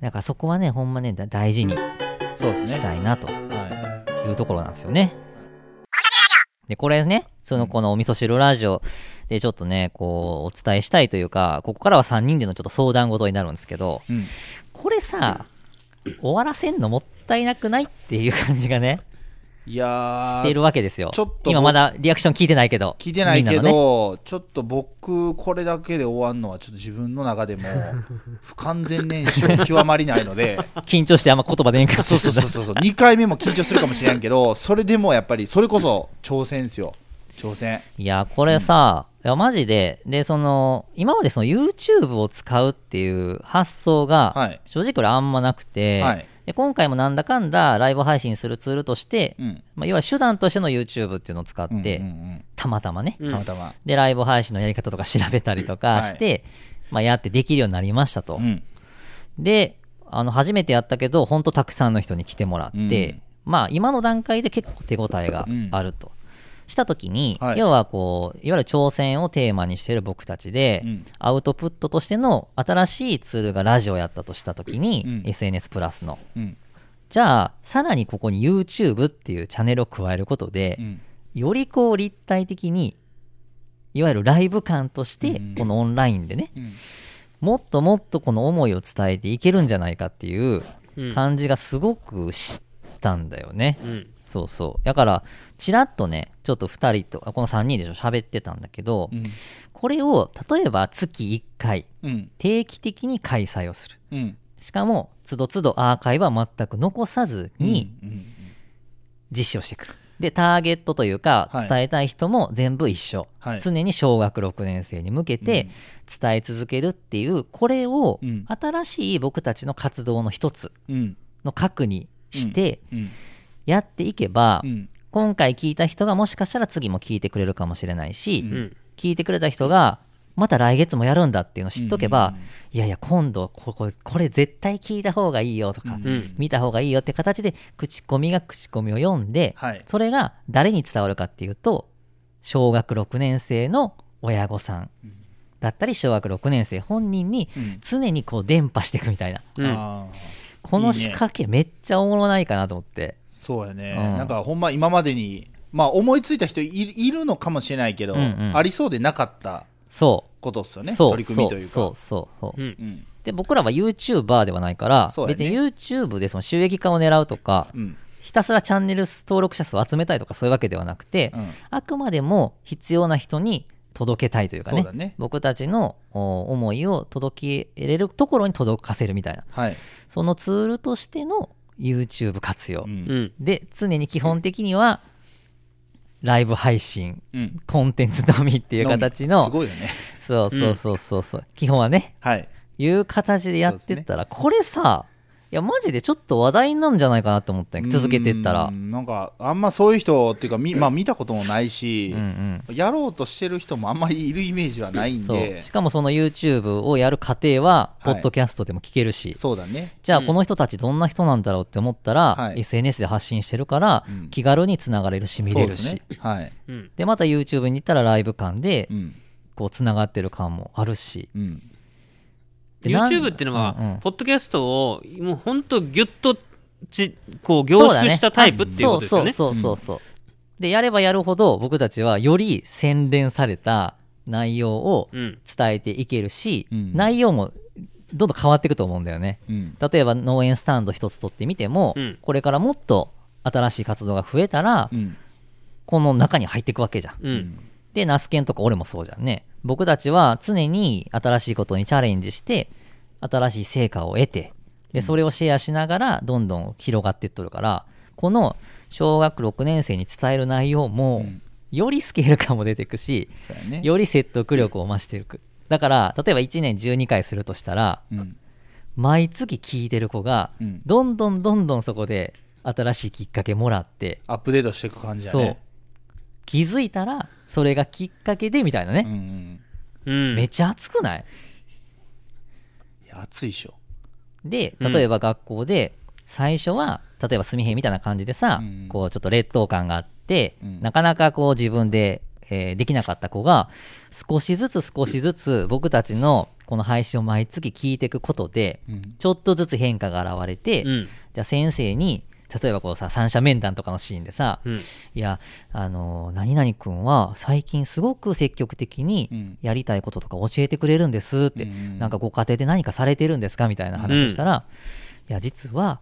Speaker 3: だからそこはねほんまねだ大事に
Speaker 5: そうです
Speaker 3: し
Speaker 5: ね
Speaker 3: たいなと
Speaker 5: は
Speaker 3: いうところなんですよね。でこれねそのこのお味噌汁ラジオで、ちょっとね、こう、お伝えしたいというか、ここからは3人でのちょっと相談事になるんですけど、
Speaker 5: うん
Speaker 3: これさ、終わらせんのもったいなくないっていう感じがね、
Speaker 4: いやー
Speaker 3: しているわけですよ。
Speaker 4: ちょっと
Speaker 3: 今まだリアクション聞いてないけど。
Speaker 4: 聞いてない
Speaker 3: み
Speaker 4: け
Speaker 3: んのね
Speaker 4: ど、ちょっと僕これだけで終わるのはちょっと自分の 中でも不完全燃焼極まりないので
Speaker 3: 緊張してあんま言葉で演歌
Speaker 4: そうそうそうそうそう2回目も緊張するかもしれんけどそれでもやっぱりそれこそ挑戦ですよ挑戦
Speaker 3: いや、これさ、いやマジで、で、その、今までその YouTube を使うっていう発想
Speaker 4: は
Speaker 3: が
Speaker 4: い、
Speaker 3: 正直これあんまなくて、
Speaker 4: はい
Speaker 3: で今回もなんだかんだライブ配信するツールとして、
Speaker 4: うん
Speaker 3: まあ、いわゆる手段としての YouTube っていうのを使って、
Speaker 4: うんうん
Speaker 3: たまたまね、
Speaker 4: うんたまたま、
Speaker 3: で、ライブ配信のやり方とか調べたりとかして、まあ、やってできるようになりましたと。
Speaker 4: うん
Speaker 3: で、あの、初めてやったけど、ほんとたくさんの人に来てもらって、まあ、今の段階で結構手応えがあると。したときに、
Speaker 4: はい
Speaker 3: 要はこう、いわゆる挑戦をテーマにしている僕たちで、
Speaker 4: うん
Speaker 3: アウトプットとしての新しいツールがラジオやったとしたときに、
Speaker 4: うん
Speaker 3: SNS プラスの。
Speaker 4: うん
Speaker 3: じゃあ、さらにここに YouTube っていうチャンネルを加えることで、
Speaker 4: うん
Speaker 3: よりこう立体的に、いわゆるライブ感として、このオンラインでね、
Speaker 4: うん
Speaker 3: もっともっとこの思いを伝えていけるんじゃないかっていう
Speaker 2: うん
Speaker 3: 感じがすごくしたんだよね。
Speaker 2: うん
Speaker 3: そうそう。だから、ちらっとね、ちょっと2人と、あこの3人でしょ、喋ってたんだけど、
Speaker 4: うん
Speaker 3: これを、例えば月1回、
Speaker 4: うん
Speaker 3: 定期的に開催をする。
Speaker 4: うん
Speaker 3: しかも、つどつどアーカイブは全く残さずに、
Speaker 4: うん
Speaker 3: 実施をしていく。で、ターゲットというか、
Speaker 4: はい
Speaker 3: 伝えたい人も全部一緒。
Speaker 4: はい
Speaker 3: 常に小学6年生に向けて伝え続けるっていう、これを
Speaker 4: うん
Speaker 3: 新しい僕たちの活動の一つ
Speaker 4: うん
Speaker 3: の核にして
Speaker 4: うん
Speaker 3: やっていけば、
Speaker 4: うん
Speaker 3: 今回聞いた人がもしかしたら次も聞いてくれるかもしれないし、
Speaker 2: うん
Speaker 3: 聞いてくれた人が、また来月もやるんだっていうのを知っとけば、いやいや、今度ここ、これ絶対聞いた方がいいよとか、
Speaker 2: うん
Speaker 3: 見た方がいいよって形で、口コミが口コミを読んで、
Speaker 4: はい
Speaker 3: それが誰に伝わるかっていうと、小学6年生の親御さんだったり、小学6年生本人に
Speaker 4: うん
Speaker 3: 常にこう伝播していくみたいな、
Speaker 2: うん
Speaker 4: あー
Speaker 3: この仕掛けめっちゃおもろないかなと思って。
Speaker 4: そうやね、
Speaker 3: うん
Speaker 4: なんかほんま今までに、まあ、思いついた人いいるのかもしれないけど、
Speaker 3: うんうん
Speaker 4: ありそうでなかった
Speaker 3: そ
Speaker 4: ことっすよ
Speaker 3: う。
Speaker 4: ね
Speaker 3: そう
Speaker 4: 取り組みというか
Speaker 3: そうそうそうそう、
Speaker 2: うん
Speaker 4: うん
Speaker 3: で僕らは YouTuber ではないから、
Speaker 4: そうやね
Speaker 3: 別に YouTube でその収益化を狙うとか、
Speaker 4: うん
Speaker 3: ひたすらチャンネル登録者数を集めたいとかそういうわけではなくて、
Speaker 4: うん
Speaker 3: あくまでも必要な人に届けたいというかね
Speaker 4: そうだね
Speaker 3: 僕たちのお思いを届けれるところに届かせるみたいな
Speaker 4: はい、
Speaker 3: そのツールとしての YouTube 活用、
Speaker 4: うん
Speaker 2: うん
Speaker 3: で常に基本的にはライブ配信
Speaker 4: うん
Speaker 3: コンテンツのみっていう形の
Speaker 4: すごいよね
Speaker 3: そうそうそうそうそう、基本はね
Speaker 4: はい
Speaker 3: いう形でやってったら、これさいやマジでちょっと話題になるんじゃないかなと思ったんよ続けてったら
Speaker 4: うんなんかあんまそういう人っていうかみ、まあ、見たこともないし、
Speaker 3: うんうん
Speaker 4: やろうとしてる人もあんまりいるイメージはないん
Speaker 3: そう
Speaker 4: で
Speaker 3: しかもその YouTube をやる過程は、ポ
Speaker 4: はい
Speaker 3: ッドキャストでも聞けるし、
Speaker 4: そうだね
Speaker 3: じゃあこの人たちどんな人なんだろうって思ったら、
Speaker 4: はい
Speaker 3: SNS で発信してるから、
Speaker 4: うん
Speaker 3: 気軽につながれるし、見れるし。
Speaker 4: そう
Speaker 3: で
Speaker 4: ですねはい、
Speaker 2: うん
Speaker 3: また YouTube に行ったらライブ感で
Speaker 4: う、ん
Speaker 3: こう、つながってる感もあるし。
Speaker 4: うん
Speaker 3: でなん
Speaker 2: YouTube っていうのは、
Speaker 3: うんうん
Speaker 2: ポッドキャストをもう本当ギュッとちこう凝縮したタイプっていうことですよね。
Speaker 3: そうだねあそうそうそうそう。で、やればやるほど、僕たちはより洗練された内容を
Speaker 2: うん
Speaker 3: 伝えていけるし、
Speaker 4: うん
Speaker 3: 内容もどんどん変わっていくと思うんだよね。
Speaker 4: うん
Speaker 3: 例えば農園スタンド一つ取ってみても、
Speaker 2: うん
Speaker 3: これからもっと新しい活動が増えたら、
Speaker 4: うん
Speaker 3: この中に入っていくわけじゃん。
Speaker 2: うん
Speaker 3: で、ナスケンとか俺もそうじゃんね。僕たちは常に新しいことにチャレンジして、新しい成果を得て、で、それをシェアしながら、どんどん広がっていっとるから、この小学6年生に伝える内容も、
Speaker 4: うん
Speaker 3: よりスケール感も出てくし、
Speaker 4: そうやね
Speaker 3: より説得力を増していく。だから、例えば1年12回するとしたら、
Speaker 4: うん
Speaker 3: 毎月聞いてる子が、
Speaker 4: うん
Speaker 3: どんどんどんどんそこで新しいきっかけもらって、
Speaker 4: アップデートしていく感じや
Speaker 3: そう
Speaker 4: ね
Speaker 3: 気づいたらそれがきっかけでみたいな
Speaker 4: う
Speaker 3: ね、
Speaker 4: んうん
Speaker 2: うん
Speaker 3: めっちゃ熱くない
Speaker 4: いや暑いっしょ
Speaker 3: で
Speaker 2: うん
Speaker 3: 例えば学校で最初は例えば炭平みたいな感じでさ、
Speaker 4: うん
Speaker 3: こうちょっと劣等感があって、
Speaker 4: うん
Speaker 3: なかなかこう自分で、えーできなかった子が少しずつ少しずつ僕たちのこの配信を毎月聞いていくことで、
Speaker 4: うん
Speaker 3: ちょっとずつ変化が現れて、
Speaker 2: うん
Speaker 3: じゃあ先生に例えばこうさ三者面談とかのシーンでさ、
Speaker 2: うん
Speaker 3: いやあの何々君は最近すごく積極的
Speaker 4: う
Speaker 3: に
Speaker 4: ん
Speaker 3: やりたいこととか教えてくれるんですって、
Speaker 4: うん
Speaker 3: なんかご家庭で何かされてるんですかみたいな話をしたら、いや実は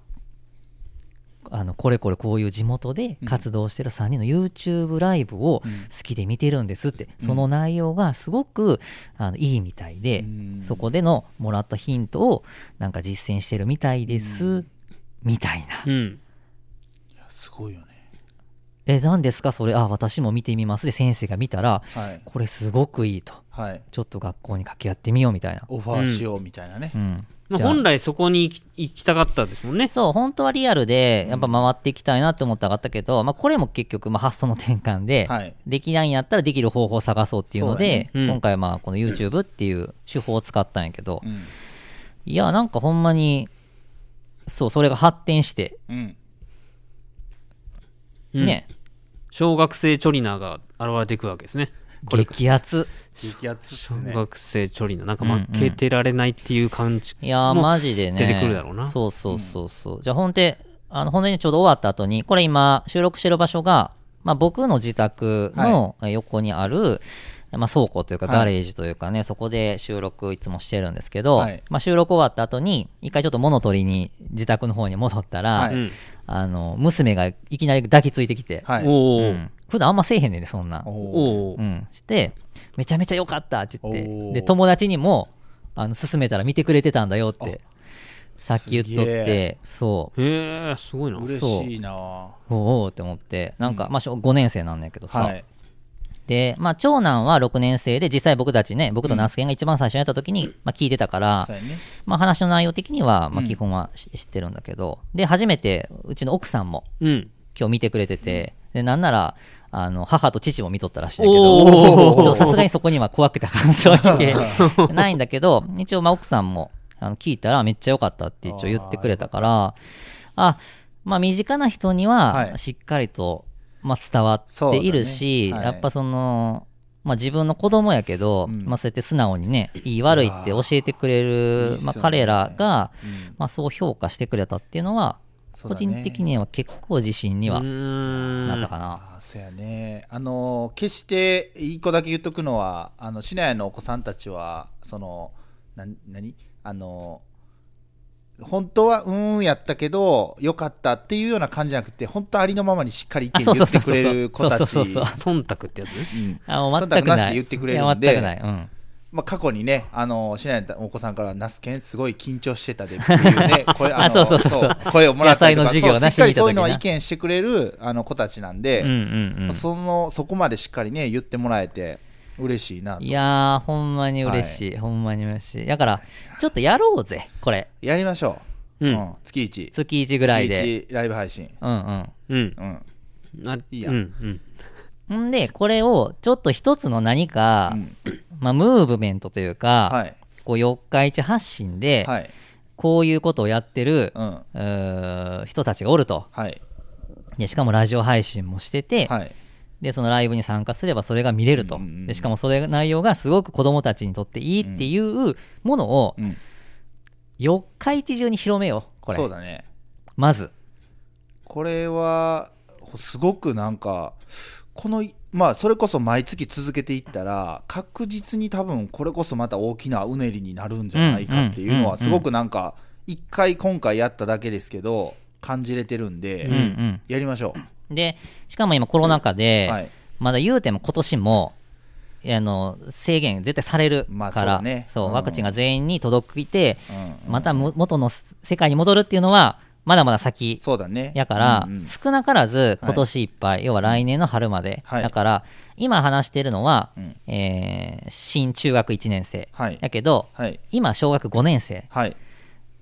Speaker 3: あのこれこれこういう地元で活動してる3人の YouTube ライブを好きで見てるんですって、
Speaker 4: うん
Speaker 3: その内容がすごくあのいいみたいで、
Speaker 4: うん
Speaker 3: そこでのもらったヒントをなんか実践してるみたいです、みたいな。
Speaker 2: うん。
Speaker 4: すごいよね
Speaker 3: え、何ですかそれ、あ、私も見てみますで先生が見たら、
Speaker 4: はい
Speaker 3: これすごくいいと。
Speaker 4: はい
Speaker 3: ちょっと学校に掛け合ってみようみたいな。
Speaker 4: オファーしようみたいなね
Speaker 3: うん。
Speaker 2: まあ、
Speaker 3: じゃあ
Speaker 2: 本来そこに行き行きたかったですもんね。
Speaker 3: そう、本当はリアルで、やっぱ回っていきたいなって思ったがあったけど、まあ、これも結局、まあ、発想の転換で、
Speaker 4: はい
Speaker 3: できないんやったらできる方法を探そうっていうので、
Speaker 2: そうだねうん
Speaker 3: 今回、まあ、この YouTube っていう手法を使ったんやけど、
Speaker 4: うん
Speaker 3: いや、なんかほんまに、そう、それが発展して、
Speaker 4: うん
Speaker 2: うん
Speaker 3: ね、
Speaker 2: 小学生チョリナーが現れていくわけですね。これ
Speaker 3: 激アツ。
Speaker 4: 激アツっ
Speaker 2: 小
Speaker 4: すね
Speaker 2: 学生チョリナー。なんか
Speaker 3: うんうん
Speaker 2: 負けてられないっていう感じ。
Speaker 3: いやー、
Speaker 2: もう
Speaker 3: マジでね。
Speaker 2: 出てくるだろうな
Speaker 3: そうそうそうそう。じゃあ、ほんで、あの、本当にちょうど終わった後に、これ今、収録してる場所が、まあ、僕の自宅のえ横にある、まあ、倉庫というか、
Speaker 4: はい
Speaker 3: ガレージというかね、そこで収録いつもしてるんですけど、
Speaker 4: はい
Speaker 3: まあ、収録終わった後に、一回ちょっと物取りに自宅の方に戻ったら、
Speaker 4: はい
Speaker 2: うん。
Speaker 3: あの、娘がいきなり抱きついてきて、
Speaker 4: はい
Speaker 2: お
Speaker 3: う
Speaker 2: お、
Speaker 3: ん普段あんませえへんねんで、そんなん。
Speaker 4: おー
Speaker 2: おお、
Speaker 3: うん、して、めちゃめちゃ良かったって言
Speaker 4: お
Speaker 3: って、
Speaker 4: ー
Speaker 3: で、友達にも、あの、勧めたら見てくれてたんだよって、さっき言っとっ
Speaker 4: すげ
Speaker 3: て、そう、
Speaker 2: へえ、すごいな。
Speaker 4: 嬉しいなあ
Speaker 3: おーおーって思って、なんか、まあ、小5年生なんだけどさ、
Speaker 4: はい
Speaker 3: で、まあ、長男は6年生で、実際僕たちね、僕とナスケンが一番最初にやった時に、まあ、聞いてたから
Speaker 4: そ、うやね
Speaker 3: まあ、話の内容的には、まあ、
Speaker 4: うん
Speaker 3: 基本はし知ってるんだけど、で、初めて、うちの奥さんも
Speaker 2: うん。
Speaker 3: 今日見てくれてて、で、なんなら、あの、母と父も見とったらしいんだけ
Speaker 2: お
Speaker 3: ど、ちょ
Speaker 2: ー
Speaker 3: っとさすがにそこには怖くて感想は聞 けないんだけど、一応、まあ、奥さんも、あの、聞いたらめっちゃ良かったって一応言ってくれたから、あ、まあ、身近な人に
Speaker 4: は
Speaker 3: は、
Speaker 4: い
Speaker 3: しっかりと、まあ、伝わっているし、
Speaker 4: そうだねはい
Speaker 3: やっぱその、まあ、自分の子供やけど、
Speaker 4: うん
Speaker 3: まあ、そうやって素直にね、いい悪いって教えてくれる
Speaker 4: いいっ、す
Speaker 3: ま
Speaker 4: よ
Speaker 3: あ、
Speaker 4: ね
Speaker 3: 彼らが、
Speaker 4: うん
Speaker 3: まあ、そう評価してくれたっていうのは、
Speaker 4: そ
Speaker 3: 個
Speaker 4: うだね
Speaker 3: 人的には結構自信に
Speaker 2: う
Speaker 3: はな
Speaker 2: ー
Speaker 3: った
Speaker 2: ん。
Speaker 3: かな。
Speaker 4: あーそうやねあの決して一個だけ言っとくのはあの市内のお子さんたちはそのなん何あの本当はうーんやったけどよかったっていうような感じじゃなくて本当ありのままにしっかり意
Speaker 3: あ
Speaker 4: 見
Speaker 3: そうそう
Speaker 4: 言って
Speaker 3: そうそ
Speaker 4: く
Speaker 3: う
Speaker 4: れる子たち
Speaker 3: そうそうそうそう
Speaker 2: 忖度ってやつね。
Speaker 4: うん
Speaker 3: あの全く
Speaker 4: 忖度なし
Speaker 3: ない。
Speaker 4: で言ってくれる
Speaker 3: いや
Speaker 4: んで
Speaker 3: 全くない。うん。
Speaker 4: まあ、過去にねあの市内のお子さんから「ナスケンすごい緊張してたで」っていう ね声あの
Speaker 3: そうそうそうそう
Speaker 4: 声をもらったりとか
Speaker 3: 野菜の授業
Speaker 4: そう
Speaker 3: な
Speaker 4: しっかり
Speaker 3: しに行った時な
Speaker 4: そういうのは意見してくれるあの子たちなんで、
Speaker 3: うんうんうん。
Speaker 4: そのそこまでしっかりね言ってもらえて嬉しいなと
Speaker 3: いやー、ほんまに嬉しい。ほんまに嬉しい。だから、ちょっとやろうぜ、これ。
Speaker 4: やりましょう、
Speaker 2: う
Speaker 4: うんん月1月
Speaker 3: 月1ぐらいで。
Speaker 4: 1ライブ配信
Speaker 3: うん
Speaker 2: うん。
Speaker 4: うん
Speaker 2: あ
Speaker 4: いいや
Speaker 2: うんうん。
Speaker 3: うん。んで、これを、ちょっと一つの何か、
Speaker 4: うん
Speaker 3: まあ、ムーブメントというか、
Speaker 4: はい
Speaker 3: こう、四日市発信で、
Speaker 4: はい
Speaker 3: こういうことをやってる、
Speaker 4: うん
Speaker 3: うー人たちがおると。
Speaker 4: はい
Speaker 3: で、しかもラジオ配信もしてて、
Speaker 4: はい
Speaker 3: で、そのライブに参加すればそれが見れると。
Speaker 4: うんうんうん
Speaker 3: で、しかもそれ内容がすごく子供たちにとっていいっていうものを、
Speaker 4: うん
Speaker 3: 四日市中に広めよう、これ。
Speaker 4: そうだね
Speaker 3: まず。
Speaker 4: これはすごくなんかこのまあそれこそ毎月続けていったら確実に多分これこそまた大きなうねりになるんじゃないかっていうの
Speaker 3: うんうんうんうん
Speaker 4: はすごくなんか一回今回やっただけですけど感じれてるんで、
Speaker 3: うんうん
Speaker 4: やりましょ
Speaker 3: で、しかも今コロナ禍
Speaker 4: う、
Speaker 3: で、
Speaker 4: はい
Speaker 3: まだ言うても今年も、あの、制限絶対される
Speaker 4: まあ
Speaker 3: から、
Speaker 4: そうねうん
Speaker 3: ワクチンが全員に届いて、
Speaker 4: うん
Speaker 3: またも元の世界に戻るっていうのは、まだまだ先
Speaker 4: そうだね
Speaker 3: やから、
Speaker 4: うんうん
Speaker 3: 少なからず今年いっぱい、要は来年の春まで、
Speaker 4: はい
Speaker 3: だから今話してるのは、
Speaker 4: うん
Speaker 3: えー新中学1年生、
Speaker 4: はい
Speaker 3: やけど、
Speaker 4: はい
Speaker 3: 今小学5年生
Speaker 4: はい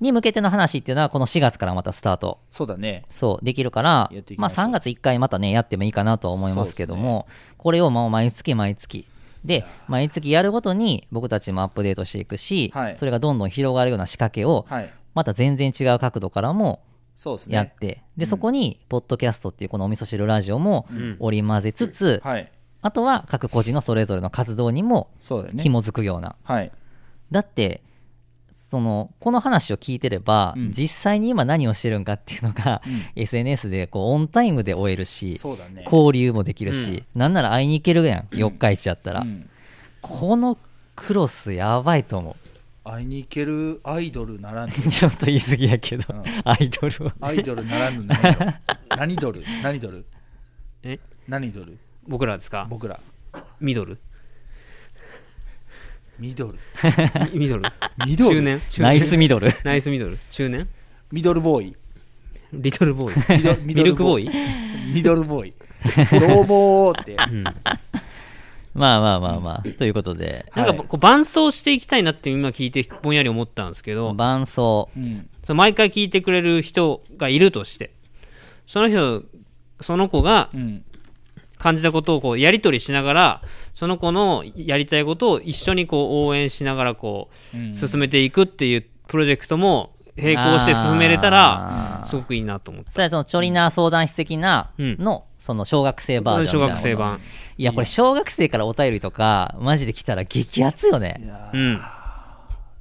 Speaker 3: に向けての話っていうのはこの4月からまたスタート
Speaker 4: そうだね
Speaker 3: そうできるから
Speaker 4: やっていき
Speaker 3: まあ、
Speaker 4: ましょう
Speaker 3: 3月1回またねやってもいいかなとは思いますけども、これをもう毎月毎月で毎月やるごとに僕たちもアップデートしていくし、
Speaker 4: はい
Speaker 3: それがどんどん広がるような仕掛けを、
Speaker 4: はい
Speaker 3: また全然違う角度からも
Speaker 4: そうですね
Speaker 3: やって、で、そこに、ポッドキャストっていうこのお味噌汁ラジオも織り交ぜつつ、
Speaker 4: はい
Speaker 3: あとは各個人のそれぞれの活動にも
Speaker 4: そうだよね
Speaker 3: 紐づくような。
Speaker 4: はい
Speaker 3: だって、そのこの話を聞いてれば、
Speaker 4: うん
Speaker 3: 実際に今何をしてるんかっていうのが、SNS でこうオンタイムで終えるし、
Speaker 4: そうだね
Speaker 3: 交流もできるし、なんなら会いに行けるやん四日市やったら、
Speaker 4: うん
Speaker 3: このクロスやばいと思
Speaker 4: 会いに行けるアイドルなら
Speaker 3: う
Speaker 4: ぬ
Speaker 3: ちょっと言い過ぎやけど、
Speaker 4: うん
Speaker 3: アイドルは
Speaker 4: アイドルならぬ何ドル何ドル何ドル
Speaker 2: え
Speaker 4: 何ドル
Speaker 2: 僕らですか
Speaker 4: 僕ら
Speaker 2: ミ ドル
Speaker 4: ミドル
Speaker 2: ミミドル
Speaker 4: ミドル
Speaker 2: 中年中年
Speaker 3: ナイスミド ル
Speaker 2: ナイスミドル中年
Speaker 4: ミドルボーイ
Speaker 2: リトルボー
Speaker 4: ミド
Speaker 2: イミルクボーイ
Speaker 4: イミドルボーイどうもーって
Speaker 2: うん
Speaker 3: まあまあまあまあということで
Speaker 2: なんかこう伴走していきたいなって今聞いてぼんやり思ったんですけど、
Speaker 3: 伴奏
Speaker 4: うん
Speaker 2: その毎回聞いてくれる人がいるとしてその人その子が
Speaker 4: うん
Speaker 2: 感じたことをこうやり取りしながらその子のやりたいことを一緒にこう応援しながらこう進めていくっていうプロジェクトも並行して進めれた
Speaker 3: あ
Speaker 2: ら
Speaker 3: ー
Speaker 2: すごくいいなと思って
Speaker 3: それはそのチョリナー相談室的な
Speaker 2: うん
Speaker 3: の、その小学生バージョン
Speaker 2: 小
Speaker 3: みたいな
Speaker 2: 学
Speaker 3: こと
Speaker 2: 生版
Speaker 3: いやこれ小学生からお便りとかマジで来たら激アツよ
Speaker 4: い
Speaker 3: ね
Speaker 4: やー
Speaker 2: うん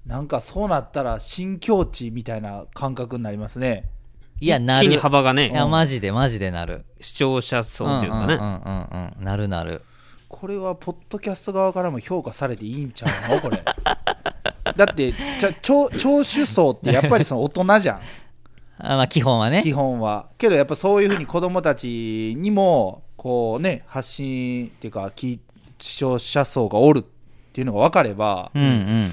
Speaker 4: なんかそうなったら新境地みたいな感覚になりますね
Speaker 3: いやな
Speaker 2: 一気
Speaker 3: る
Speaker 2: に幅が
Speaker 3: いや
Speaker 2: ね
Speaker 3: マジでマジでなる
Speaker 2: 視聴者層っていうのか
Speaker 3: うん
Speaker 2: ね
Speaker 3: うんうんうんなるなる
Speaker 4: これはポッドキャスト側からも評価されていいんちゃうのこれだってちゃ聴聴取層ってやっぱりその大人じゃん
Speaker 3: あまあ基本はね
Speaker 4: 基本はけどやっぱそういうふうに子供たちにもこうね発信っていうか聞視聴者層がおるっていうのが分かれば、
Speaker 3: うんう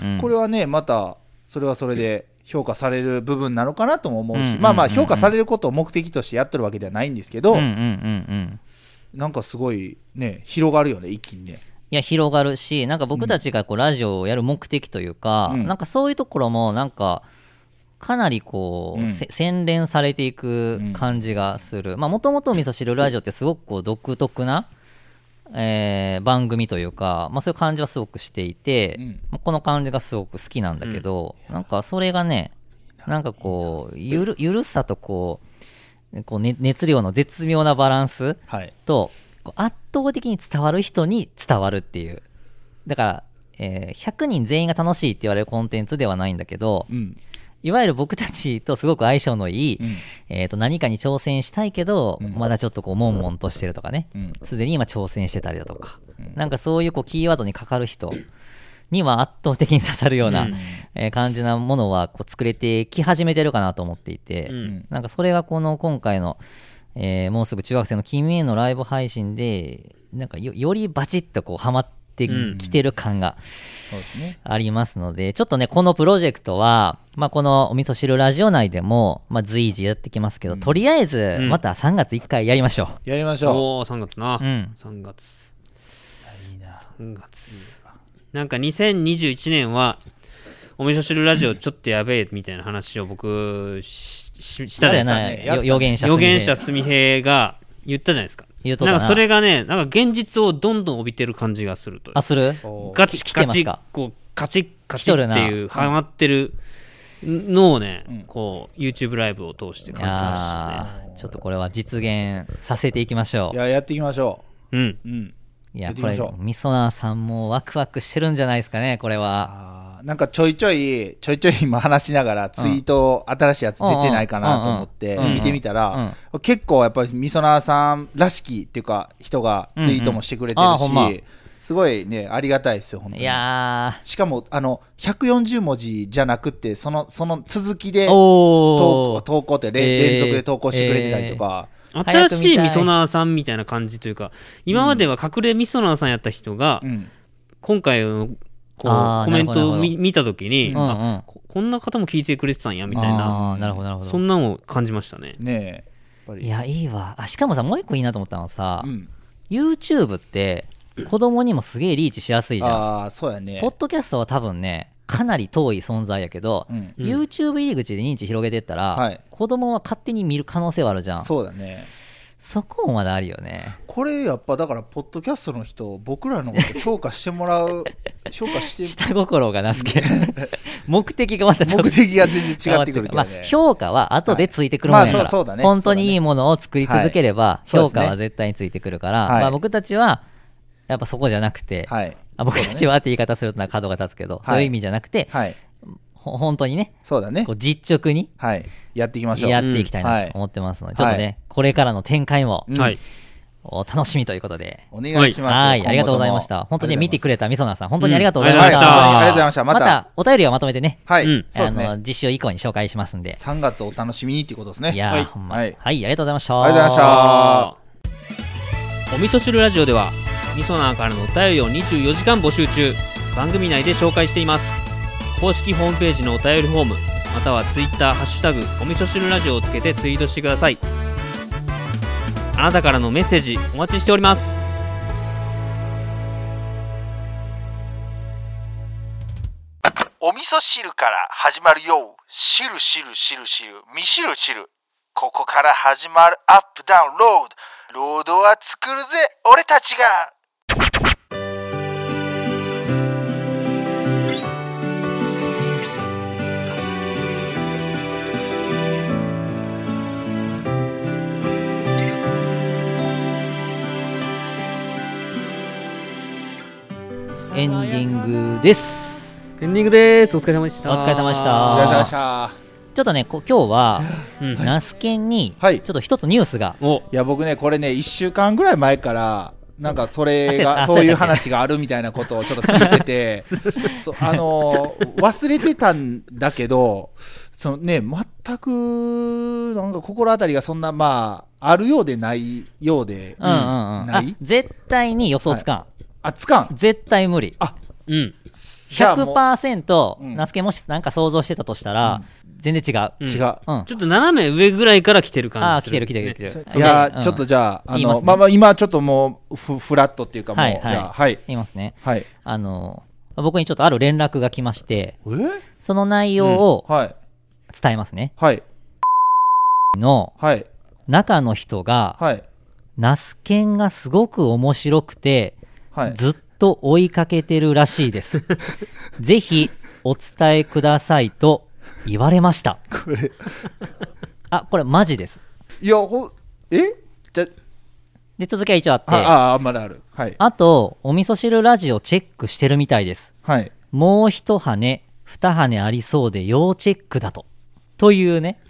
Speaker 3: んうん
Speaker 4: これはねまたそれはそれで評価される部分なのかなとも思う
Speaker 3: うんうん
Speaker 4: し、
Speaker 3: うんうん
Speaker 4: まあまあ評価されることを目的としてやってるわけではないんですけど、
Speaker 3: うんうんうんうん
Speaker 4: なんかすごいね広がるよね一気にね
Speaker 3: いや広がるしなんか僕たちがこうラジオをやる目的というか、
Speaker 4: うん
Speaker 3: なんかそういうところもなんかかなりこう、
Speaker 4: うん
Speaker 3: せ洗練されていく感じがする、まあもともと味噌汁ラジオってすごくこう独特な、えー番組というか、まあ、そういう感じはすごくしていて、
Speaker 4: うん
Speaker 3: まあこの感じがすごく好きなんだけど、なんかそれがねなんかこうゆるゆるさとこうこう、ね、熱量の絶妙なバランス
Speaker 4: はい
Speaker 3: とこう圧倒的に伝わる人に伝わるっていうだから、えー100人全員が楽しいって言われるコンテンツではないんだけど
Speaker 4: うん
Speaker 3: いわゆる僕たちとすごく相性のいい、
Speaker 4: うん
Speaker 3: えー、と何かに挑戦したいけど、
Speaker 4: うん
Speaker 3: まだちょっとこう悶々としてるとかね
Speaker 4: うん
Speaker 3: すで、に今挑戦してたりだとか、
Speaker 4: うん
Speaker 3: なんかそういうこうキーワードにかかる人には圧倒的に刺さるような、
Speaker 2: うん
Speaker 3: えー感じなものはこう作れてき始めてるかなと思っていて、
Speaker 2: うん
Speaker 3: なんかそれがこの今回の、えーもうすぐ中学生の君へのライブ配信で、なんかよよりバチッとこうハマって
Speaker 2: うん
Speaker 3: きてる感が
Speaker 4: そうですね
Speaker 3: ありますので、ちょっとね、このプロジェクトは、まあ、このお味噌汁ラジオ内でも、まあ、随時やってきますけど、とりあえず
Speaker 2: うん
Speaker 3: また3月1回やりましょ
Speaker 4: やりましょ
Speaker 2: おお3月な
Speaker 3: う。うん。
Speaker 2: 3月
Speaker 4: ういいな
Speaker 2: 3月なんか2021年はお味噌汁ラジオちょっとやべえみたいな話を僕ししした
Speaker 3: そう
Speaker 2: じ
Speaker 3: や
Speaker 2: ゃない
Speaker 3: な、
Speaker 4: やったねやっ
Speaker 3: よ
Speaker 4: た
Speaker 3: 予言者
Speaker 2: 予言者
Speaker 3: す
Speaker 2: すみへいが言ったじゃないですか
Speaker 3: みれ言うとった
Speaker 2: なんかそれがねなんか現実をどんどん帯びてる感じがするという
Speaker 3: あ、する
Speaker 4: お
Speaker 2: ガチ
Speaker 3: き来て
Speaker 2: ガ
Speaker 3: ます
Speaker 2: チ
Speaker 3: か
Speaker 2: こうカチッカチ
Speaker 3: 来とる
Speaker 2: ッっ
Speaker 3: な
Speaker 2: ていうハマってるのをね、
Speaker 4: ん
Speaker 2: こう YouTube ライブを通して
Speaker 3: い
Speaker 2: 感じま
Speaker 3: やーちょっとこれは実現させていきましょ
Speaker 4: いややっていきましょ
Speaker 2: したねうん
Speaker 4: ううん
Speaker 3: う。いや、
Speaker 4: やってい
Speaker 3: こ
Speaker 4: き
Speaker 3: れ、
Speaker 4: ましょう
Speaker 3: みそなーさんもワクワクしてるんじゃないですかね、これは。
Speaker 4: あーなんかちょいちょい、ちょいちょい今話しながら、ツイート、新しいやつ出てないかなと思って
Speaker 3: うんうんうん
Speaker 4: 見てみたら、結構やっぱりみそなーさんらしきっていうか、人がツイートもしてくれて
Speaker 3: うんうんあ
Speaker 4: る
Speaker 3: ーほんます
Speaker 4: し、すごいね、ありがたいですよ、本当
Speaker 3: い
Speaker 4: に。
Speaker 3: や
Speaker 4: しかも、あの、140文字じゃなくて、その、その続きで
Speaker 3: ー、お
Speaker 4: 投
Speaker 3: ー
Speaker 4: 投稿って、
Speaker 3: え
Speaker 4: れ
Speaker 3: ー
Speaker 4: 連続で投稿してくれてたりとか、
Speaker 2: 新
Speaker 3: 早く
Speaker 2: し
Speaker 3: 見
Speaker 2: い
Speaker 3: たい
Speaker 2: みそなーさんみたいな感じというか今までは隠れみそなーさんやった人が、
Speaker 4: うん
Speaker 2: 今回のこ
Speaker 3: あー
Speaker 2: うコメン
Speaker 3: なる
Speaker 2: ト
Speaker 3: ほど
Speaker 2: を
Speaker 3: なるほ
Speaker 2: 見見た時に、
Speaker 4: うん
Speaker 2: あ
Speaker 3: うんうん
Speaker 2: ここんな方も聞いてくれてたんやみたいな
Speaker 3: あーなるほど、なるほ
Speaker 2: そ
Speaker 3: ど。
Speaker 2: んなのを感じましたね
Speaker 4: ねえ、やっぱり。
Speaker 3: いや、いいわ。あ、しかもさ、もう一個いいなと思ったのはさ、
Speaker 4: うん、
Speaker 3: YouTube って、子供にもすげえリーチしやすいじゃん。
Speaker 4: ああ、そうやね
Speaker 3: ポ。ッドキャストは多分ね、かなり遠い存在やけど、
Speaker 4: うん
Speaker 3: YouTube 入り口で認知広げてったら、
Speaker 4: はい
Speaker 3: 子供は勝手に見る可能性はあるじゃん。そ
Speaker 4: そうだね。
Speaker 3: こもまだあるよね。
Speaker 4: これやっぱだからポッドキャストの人僕らのこと評価してもら う評価して
Speaker 3: 下心がなすけ目的がまたちょっと
Speaker 4: 目的が全然違ってくるけど
Speaker 3: ま
Speaker 4: ね
Speaker 3: あ、評価は後でついてくるもんやから、
Speaker 4: はいまあそうそうだね
Speaker 3: 本当にいいものを作り続ければ、
Speaker 4: そうだね
Speaker 3: 評価は絶対についてくるから、
Speaker 4: はい
Speaker 3: まあ、僕たちはやっぱそこじゃなくて、
Speaker 4: はい
Speaker 3: あ僕たちはって言い方するとなんか角が立つけど、
Speaker 4: い
Speaker 3: そういう意味じゃなくて、
Speaker 4: はい
Speaker 3: ほ本当にね、
Speaker 4: そうだね
Speaker 3: こ。う実直に
Speaker 4: はい。やっていきましょう。
Speaker 3: やっていきたいな
Speaker 4: うん
Speaker 3: と思ってますので、ちょっとね、これからの展開も
Speaker 4: うん
Speaker 2: はい。
Speaker 3: お楽しみということで。
Speaker 4: お願いします。
Speaker 3: はい、
Speaker 4: 今後とも
Speaker 3: ありがとうございました。本当に見てくれ
Speaker 4: た。
Speaker 3: たみそなさん、本当にありがとうござい
Speaker 2: うん。
Speaker 3: ま
Speaker 4: は
Speaker 3: し
Speaker 4: い、
Speaker 3: た。
Speaker 4: ありがとうございました。ま
Speaker 3: ま
Speaker 4: た
Speaker 3: た、お便りをまとめてね、
Speaker 4: はいう
Speaker 2: ん
Speaker 4: そうです
Speaker 3: あ
Speaker 4: ね。
Speaker 3: の実証以降に紹介しますんで。
Speaker 4: 3月お楽しみにっていうことですね。
Speaker 3: いやー、
Speaker 2: はい
Speaker 3: ほんま、は
Speaker 4: はいい、
Speaker 3: ありがとうございました。
Speaker 4: ありがとうございました
Speaker 2: お味噌汁ラジオでは味噌ナーからのお便りを24時間募集中番組内で紹介しています公式ホームページのお便りフォームまたはツイッターハッシュタグお味噌汁ラジオをつけてツイートしてくださいあなたからのメッセージお待ちしております
Speaker 1: お味噌汁から始まるよ汁汁汁汁みしる汁ここから始まるアップダウンロードロードは作るぜ俺たちが
Speaker 3: エンディングです。
Speaker 2: エンディングですお疲れ様でした
Speaker 3: お疲れ様でした
Speaker 4: お疲れ様でした。
Speaker 3: ちょっとね、こ今日は、
Speaker 2: うん
Speaker 3: ナスケンに、ちょ
Speaker 4: は
Speaker 3: っ
Speaker 4: い
Speaker 3: と一つニュースが、
Speaker 2: お
Speaker 4: いや、僕ね、これね、1週間ぐらい前から、なんかそれ
Speaker 3: あ
Speaker 4: が、
Speaker 3: そう
Speaker 4: そ
Speaker 3: や
Speaker 4: ういう
Speaker 3: あそうや
Speaker 4: 話があるみたいなことをちょっと聞い てて、そうあのー、忘れてたんだけど、そのね、全く、なんか心当たりがそんな、まあ、あるようでないようで、
Speaker 3: うんうんうん。
Speaker 4: な
Speaker 3: あ
Speaker 4: い、
Speaker 3: 絶対に予想つかん。
Speaker 4: あ、つかん
Speaker 3: 絶対無理。
Speaker 4: あ
Speaker 2: うん
Speaker 4: じゃあもう
Speaker 3: 100%、
Speaker 4: うん
Speaker 3: ナスケンもしなんか想像してたとしたら、全然違う。
Speaker 2: うん
Speaker 4: 違う。
Speaker 3: うん。
Speaker 2: ちょっと斜め上ぐらいから来てる
Speaker 3: あ
Speaker 2: 感
Speaker 3: あ、
Speaker 2: じ
Speaker 3: 来
Speaker 2: す
Speaker 3: て
Speaker 2: る
Speaker 3: る
Speaker 2: ん
Speaker 3: 来
Speaker 2: で
Speaker 3: て
Speaker 2: すね
Speaker 3: る来てる。
Speaker 4: いやー、
Speaker 3: うん
Speaker 4: ちょっとじゃあ、あ
Speaker 3: 言います
Speaker 4: の、
Speaker 3: ね
Speaker 4: まあまあ、今ちょっともう、ふ、フラットっていうか、もう、
Speaker 3: はいはい
Speaker 4: じゃあ、はい。
Speaker 3: 言いますね。
Speaker 4: はい。
Speaker 3: あの、僕にちょっとある連絡が来まして、
Speaker 4: え
Speaker 3: その内容を
Speaker 4: はい。
Speaker 3: 伝えますね。
Speaker 4: はい。
Speaker 3: の
Speaker 4: はい。
Speaker 3: 中の人が、
Speaker 4: はい。
Speaker 3: ナスケンがすごく面白くて、
Speaker 4: はい。
Speaker 3: ずっと追いかけてるらしい です。ぜひお伝えくださいと言われました。
Speaker 4: これ、
Speaker 3: あ、これマジです。
Speaker 4: いや、ほん、えじゃ、
Speaker 3: で、続きは一応あって、あ
Speaker 4: ああ、まだある。はい。
Speaker 3: と、お味噌汁ラジオチェックしてるみたいです。
Speaker 4: はい。
Speaker 3: もう一羽ね、二羽ねありそうで要チェックだと。というね、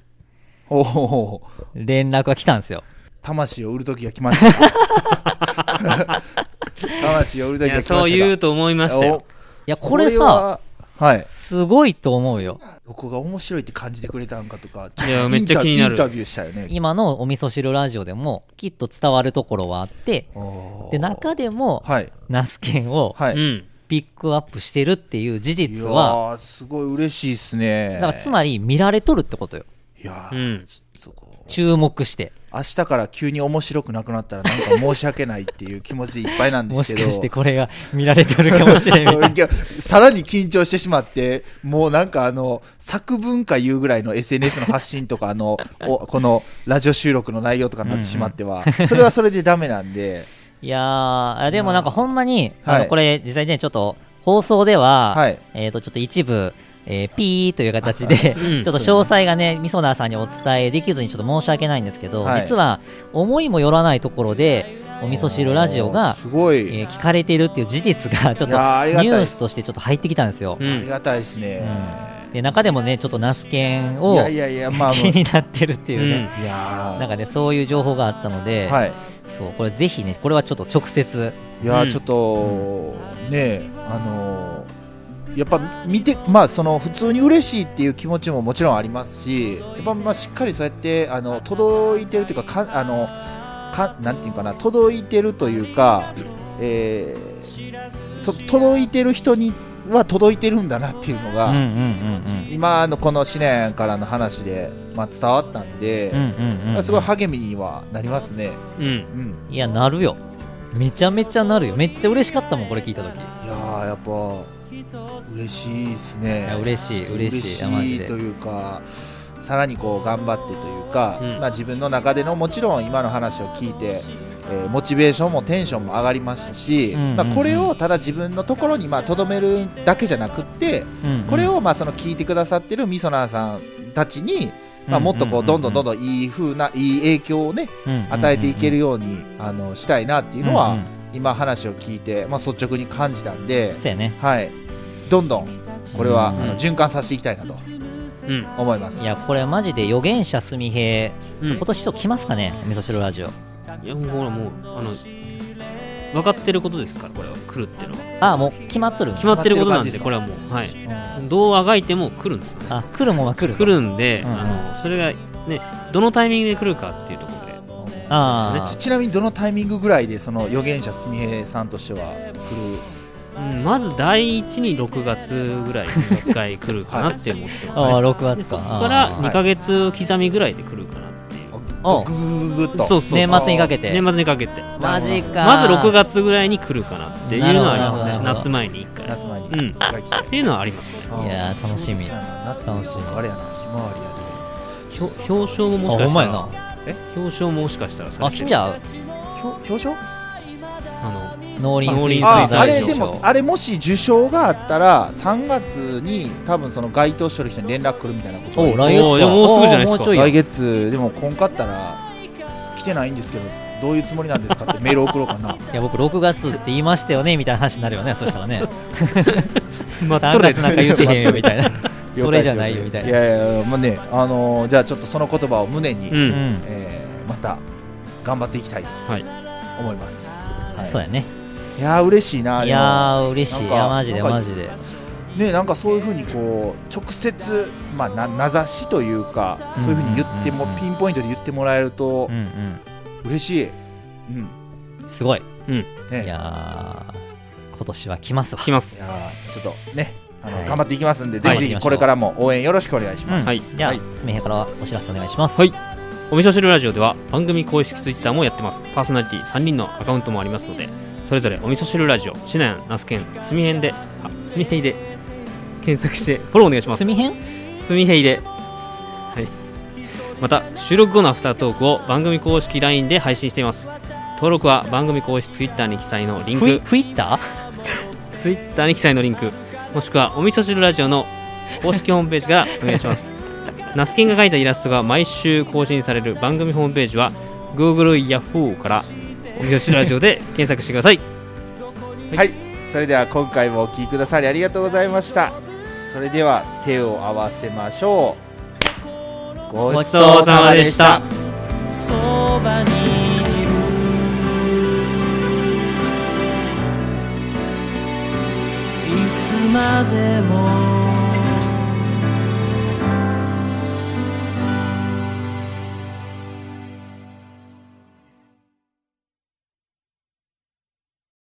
Speaker 4: おお、
Speaker 3: 連絡が来たんですよ。
Speaker 4: 魂を売る時が来ました。 魂を売る
Speaker 2: い
Speaker 4: 時が来ま
Speaker 2: や
Speaker 4: した。
Speaker 2: そう言うと思いましたよ
Speaker 3: いや、これさ、、
Speaker 4: はい。
Speaker 3: すごいと思うよ。
Speaker 4: どこが面白いって感じてくれたんかとか、
Speaker 2: いやめっちゃ気になる
Speaker 4: インタビューしたよね。
Speaker 3: 今のお味噌汁ラジオでも、きっと伝わるところはあって、
Speaker 4: おー
Speaker 3: で、中でも、
Speaker 4: はい。
Speaker 3: ナスケンを
Speaker 4: はい。
Speaker 2: うん
Speaker 3: ピックアップしてるっていう事
Speaker 4: い
Speaker 3: 実
Speaker 4: や
Speaker 3: は、
Speaker 4: ー、すごい嬉しいですね。
Speaker 3: だからつまり見られとるってことよ。
Speaker 4: いや
Speaker 2: う
Speaker 4: ー、
Speaker 2: ん
Speaker 4: そこ
Speaker 3: 注目して。
Speaker 4: 明日から急に面白くなくなったらなんか申し訳ないっていう気持ちでいっぱいなんで
Speaker 3: も
Speaker 4: す
Speaker 3: し
Speaker 4: け
Speaker 3: か
Speaker 4: ど。
Speaker 3: してこれが見られとるかもしれない。
Speaker 4: いやさらに緊張してしまって、もうなんかあの、作文かいうぐらいの SNS の発信とか、あの、おこのラジオ収録の内容とかになってしまっては、それはそれでダメなんで、
Speaker 3: いやー、でもなんかほんまに、あの、
Speaker 4: はい
Speaker 3: これ実際ね、ちょっと放送では、
Speaker 4: はい
Speaker 3: えっ、と、ちょっと一部、えーピーという形 で、
Speaker 2: うん
Speaker 3: ちょっと詳細がね、みそなーさんにお伝えできずにちょっと申し訳ないんですけど、
Speaker 4: はい
Speaker 3: 実は思いもよらないところで、お味噌汁ラジオが、
Speaker 4: すご
Speaker 3: え
Speaker 4: い、
Speaker 3: ー聞かれてるっていう事実が、ちょっ
Speaker 4: い
Speaker 3: と
Speaker 4: やーありがたい
Speaker 3: ニュースとしてちょっと入ってきたんですよ。
Speaker 2: う
Speaker 4: あり
Speaker 2: ん
Speaker 4: がたいですね。
Speaker 3: うんで中でもね、ちょっとナスケン
Speaker 4: い
Speaker 3: を
Speaker 4: やいやいや、まあ、
Speaker 3: 気
Speaker 4: い
Speaker 3: になってるっていうね、
Speaker 4: や
Speaker 3: なんかね、そういう情報があったので、
Speaker 4: ーはい。
Speaker 3: そうこれぜひね、これはちょっと直接、
Speaker 4: いや
Speaker 2: うん
Speaker 4: ーちょっと、ねえあのーやっぱ見てまあその普通に嬉しいっていう気持ちももちろんありますしやっぱまあしっかりそうやってあの届いてるというかかあのかなんていうかな届いてるというか、えーそ届いてる人には届いてるんだなっていうの
Speaker 3: うん
Speaker 4: が、
Speaker 3: うんうん
Speaker 4: 今のこのシネからの話で、まあ、伝わったんで
Speaker 3: うんう、んうんうんうん
Speaker 4: すごい励みにはなりますね。
Speaker 2: うん
Speaker 4: うん
Speaker 3: いや、なるよ。めちゃめちゃなるよ。めっちゃ嬉しかったもん、これ聞いたとき。
Speaker 4: いやーやっぱ嬉しいですね。
Speaker 3: や嬉しい
Speaker 4: ちょっと
Speaker 3: 嬉しいいやマジで
Speaker 4: というか。さらにこう頑張ってというか、
Speaker 2: うん
Speaker 4: まあ、自分の中でのもちろん今の話を聞いて、えーモチベーションもテンションも上がりましたし、
Speaker 3: うんうんうん
Speaker 4: まあ、これをただ自分のところにまあとどめるだけじゃなくってこれをまあその聞いてくださってるみそなーさんたちに、まあ、もっとこうどんどんどんどんいい風ないい影響をね与えていける
Speaker 3: よ
Speaker 4: ようにあのしたいなって
Speaker 3: う
Speaker 4: いうのは今話を聞いて、まあ、率直に感じたんで、
Speaker 3: そうやね。
Speaker 4: はい、どんどん
Speaker 6: これは、
Speaker 3: うん
Speaker 6: あの循環させていきたいなと
Speaker 2: うん
Speaker 6: 思います
Speaker 3: いやこれマジで予言者すみへ
Speaker 2: うん
Speaker 3: 今年と来ますかねお味噌汁ラジオ
Speaker 2: いやもうもうあの分かってることですからこれは来るっていうのは
Speaker 3: ああもう決まっとる
Speaker 2: 決まってることなんで
Speaker 6: 決
Speaker 2: これはもうはい
Speaker 6: うん
Speaker 2: どうあがいても来るんですよ
Speaker 3: あ来るもんは来る
Speaker 2: 来るんで、
Speaker 3: うんうん
Speaker 2: あのそれがねどのタイミングで来るかっていうところで
Speaker 3: あ
Speaker 2: で
Speaker 4: ち
Speaker 3: あ
Speaker 4: ちなみにどのタイミングぐらいでその予言者すみへさんとしては
Speaker 2: うんまず第一に6月ぐらいに1回来るかなって思ってます、ね
Speaker 3: ああ6月
Speaker 2: そ
Speaker 3: か
Speaker 2: こから
Speaker 3: あ
Speaker 2: 2ヶ月刻みぐらいで来るかなっていう、
Speaker 3: お
Speaker 4: 来るぐぐぐぐっと
Speaker 2: そう
Speaker 3: ー
Speaker 2: そう
Speaker 3: 年末にかけて
Speaker 2: 年末にかけて
Speaker 3: マジか
Speaker 2: まず6月ぐらいに来るかなっていうのはあります
Speaker 3: なる
Speaker 2: ね
Speaker 3: ほど
Speaker 2: 夏前に1回
Speaker 4: 夏前に
Speaker 2: うん
Speaker 4: が来て
Speaker 2: っていうのはありますね
Speaker 3: いやー楽しみ
Speaker 4: ちょうどそうやな夏
Speaker 3: 楽しみ
Speaker 4: あれやなひまわりやで
Speaker 2: ひょ表彰ももし
Speaker 3: あ
Speaker 2: か
Speaker 3: ほん
Speaker 2: し
Speaker 3: ま
Speaker 2: たら
Speaker 3: やな
Speaker 2: 表彰ももしかしたらさ
Speaker 3: あ来ちゃう
Speaker 4: 表表彰
Speaker 2: あ
Speaker 3: 農林水
Speaker 6: あ
Speaker 3: 産
Speaker 6: あ
Speaker 3: 大
Speaker 6: れ
Speaker 3: 賞
Speaker 6: でもあれもし受賞があったら3月に多分その該当してる人に連絡来るみたいなこと
Speaker 3: お
Speaker 6: が
Speaker 3: 来月
Speaker 2: おーい
Speaker 3: か
Speaker 2: やもうすぐじゃないですか
Speaker 3: おーもうちょいや
Speaker 4: 来月でもこんかったら来てないんですけどどういうつもりなんです かってメール送ろうかな
Speaker 3: いや僕6月って言いましたよねみたいな話になるよねそした らね
Speaker 2: のま
Speaker 3: 3月なんか言ってへんよみ たいなそれじゃないよみたい
Speaker 4: い
Speaker 3: な
Speaker 4: やいやまあねあのーじゃあちょっとその言葉を胸に、
Speaker 2: う
Speaker 3: うんん
Speaker 4: えーまた頑張っていきたいと
Speaker 2: はい
Speaker 4: 思います、はい
Speaker 3: そうやね
Speaker 4: いやー嬉しいないでも
Speaker 3: やー嬉しいい
Speaker 4: なんか
Speaker 3: やマジで
Speaker 4: なんか
Speaker 3: マジで
Speaker 4: ね、なんかそういうふうにこう直接、まあ、な名指しというか
Speaker 3: うん
Speaker 4: そういうふうに言っても、
Speaker 3: うんうん
Speaker 4: ピンポイントで言ってもらえると
Speaker 3: うんう
Speaker 4: 嬉しい、うん
Speaker 3: んすごい
Speaker 4: ね、
Speaker 3: い
Speaker 4: いや
Speaker 3: やー今年は来ますわ
Speaker 2: 来ます
Speaker 4: ーちょっとねあの、
Speaker 3: はい
Speaker 4: 頑張っていきますんで、
Speaker 3: はい
Speaker 4: ぜひぜひこれからも応援よろしくお願いします、
Speaker 3: うん
Speaker 2: はい
Speaker 3: じゃあ、
Speaker 4: はい
Speaker 3: すみへからお知らせお願いします。
Speaker 2: はいお味噌汁ラジオでは番組公式ツイッターもやってますパーソナリティ3人のアカウントもありますのでそれぞれお味噌汁ラジオシナヤンナスケンスミヘンであスミヘイで検索してフォローお願いします
Speaker 3: すみへん
Speaker 2: すみへいで、はい、また収録後のアフタートークを番組公式 LINE で配信しています登録は番組公式 Twitter に記載のリン
Speaker 3: ふい、
Speaker 2: ク
Speaker 3: ふいった？
Speaker 2: Twitter に記載のリンクもしくはお味噌汁ラジオの公式ホームページからお願いします ナスケンが描いたイラストが毎週更新される番組ホームページは Google ヤフーからお味噌汁ラジオで検索してください
Speaker 4: はい、それでは今回もお聞きくださりありがとうございましたそれでは手を合わせましょうご
Speaker 2: ごちそうさまでした
Speaker 7: そばにいるいつまでも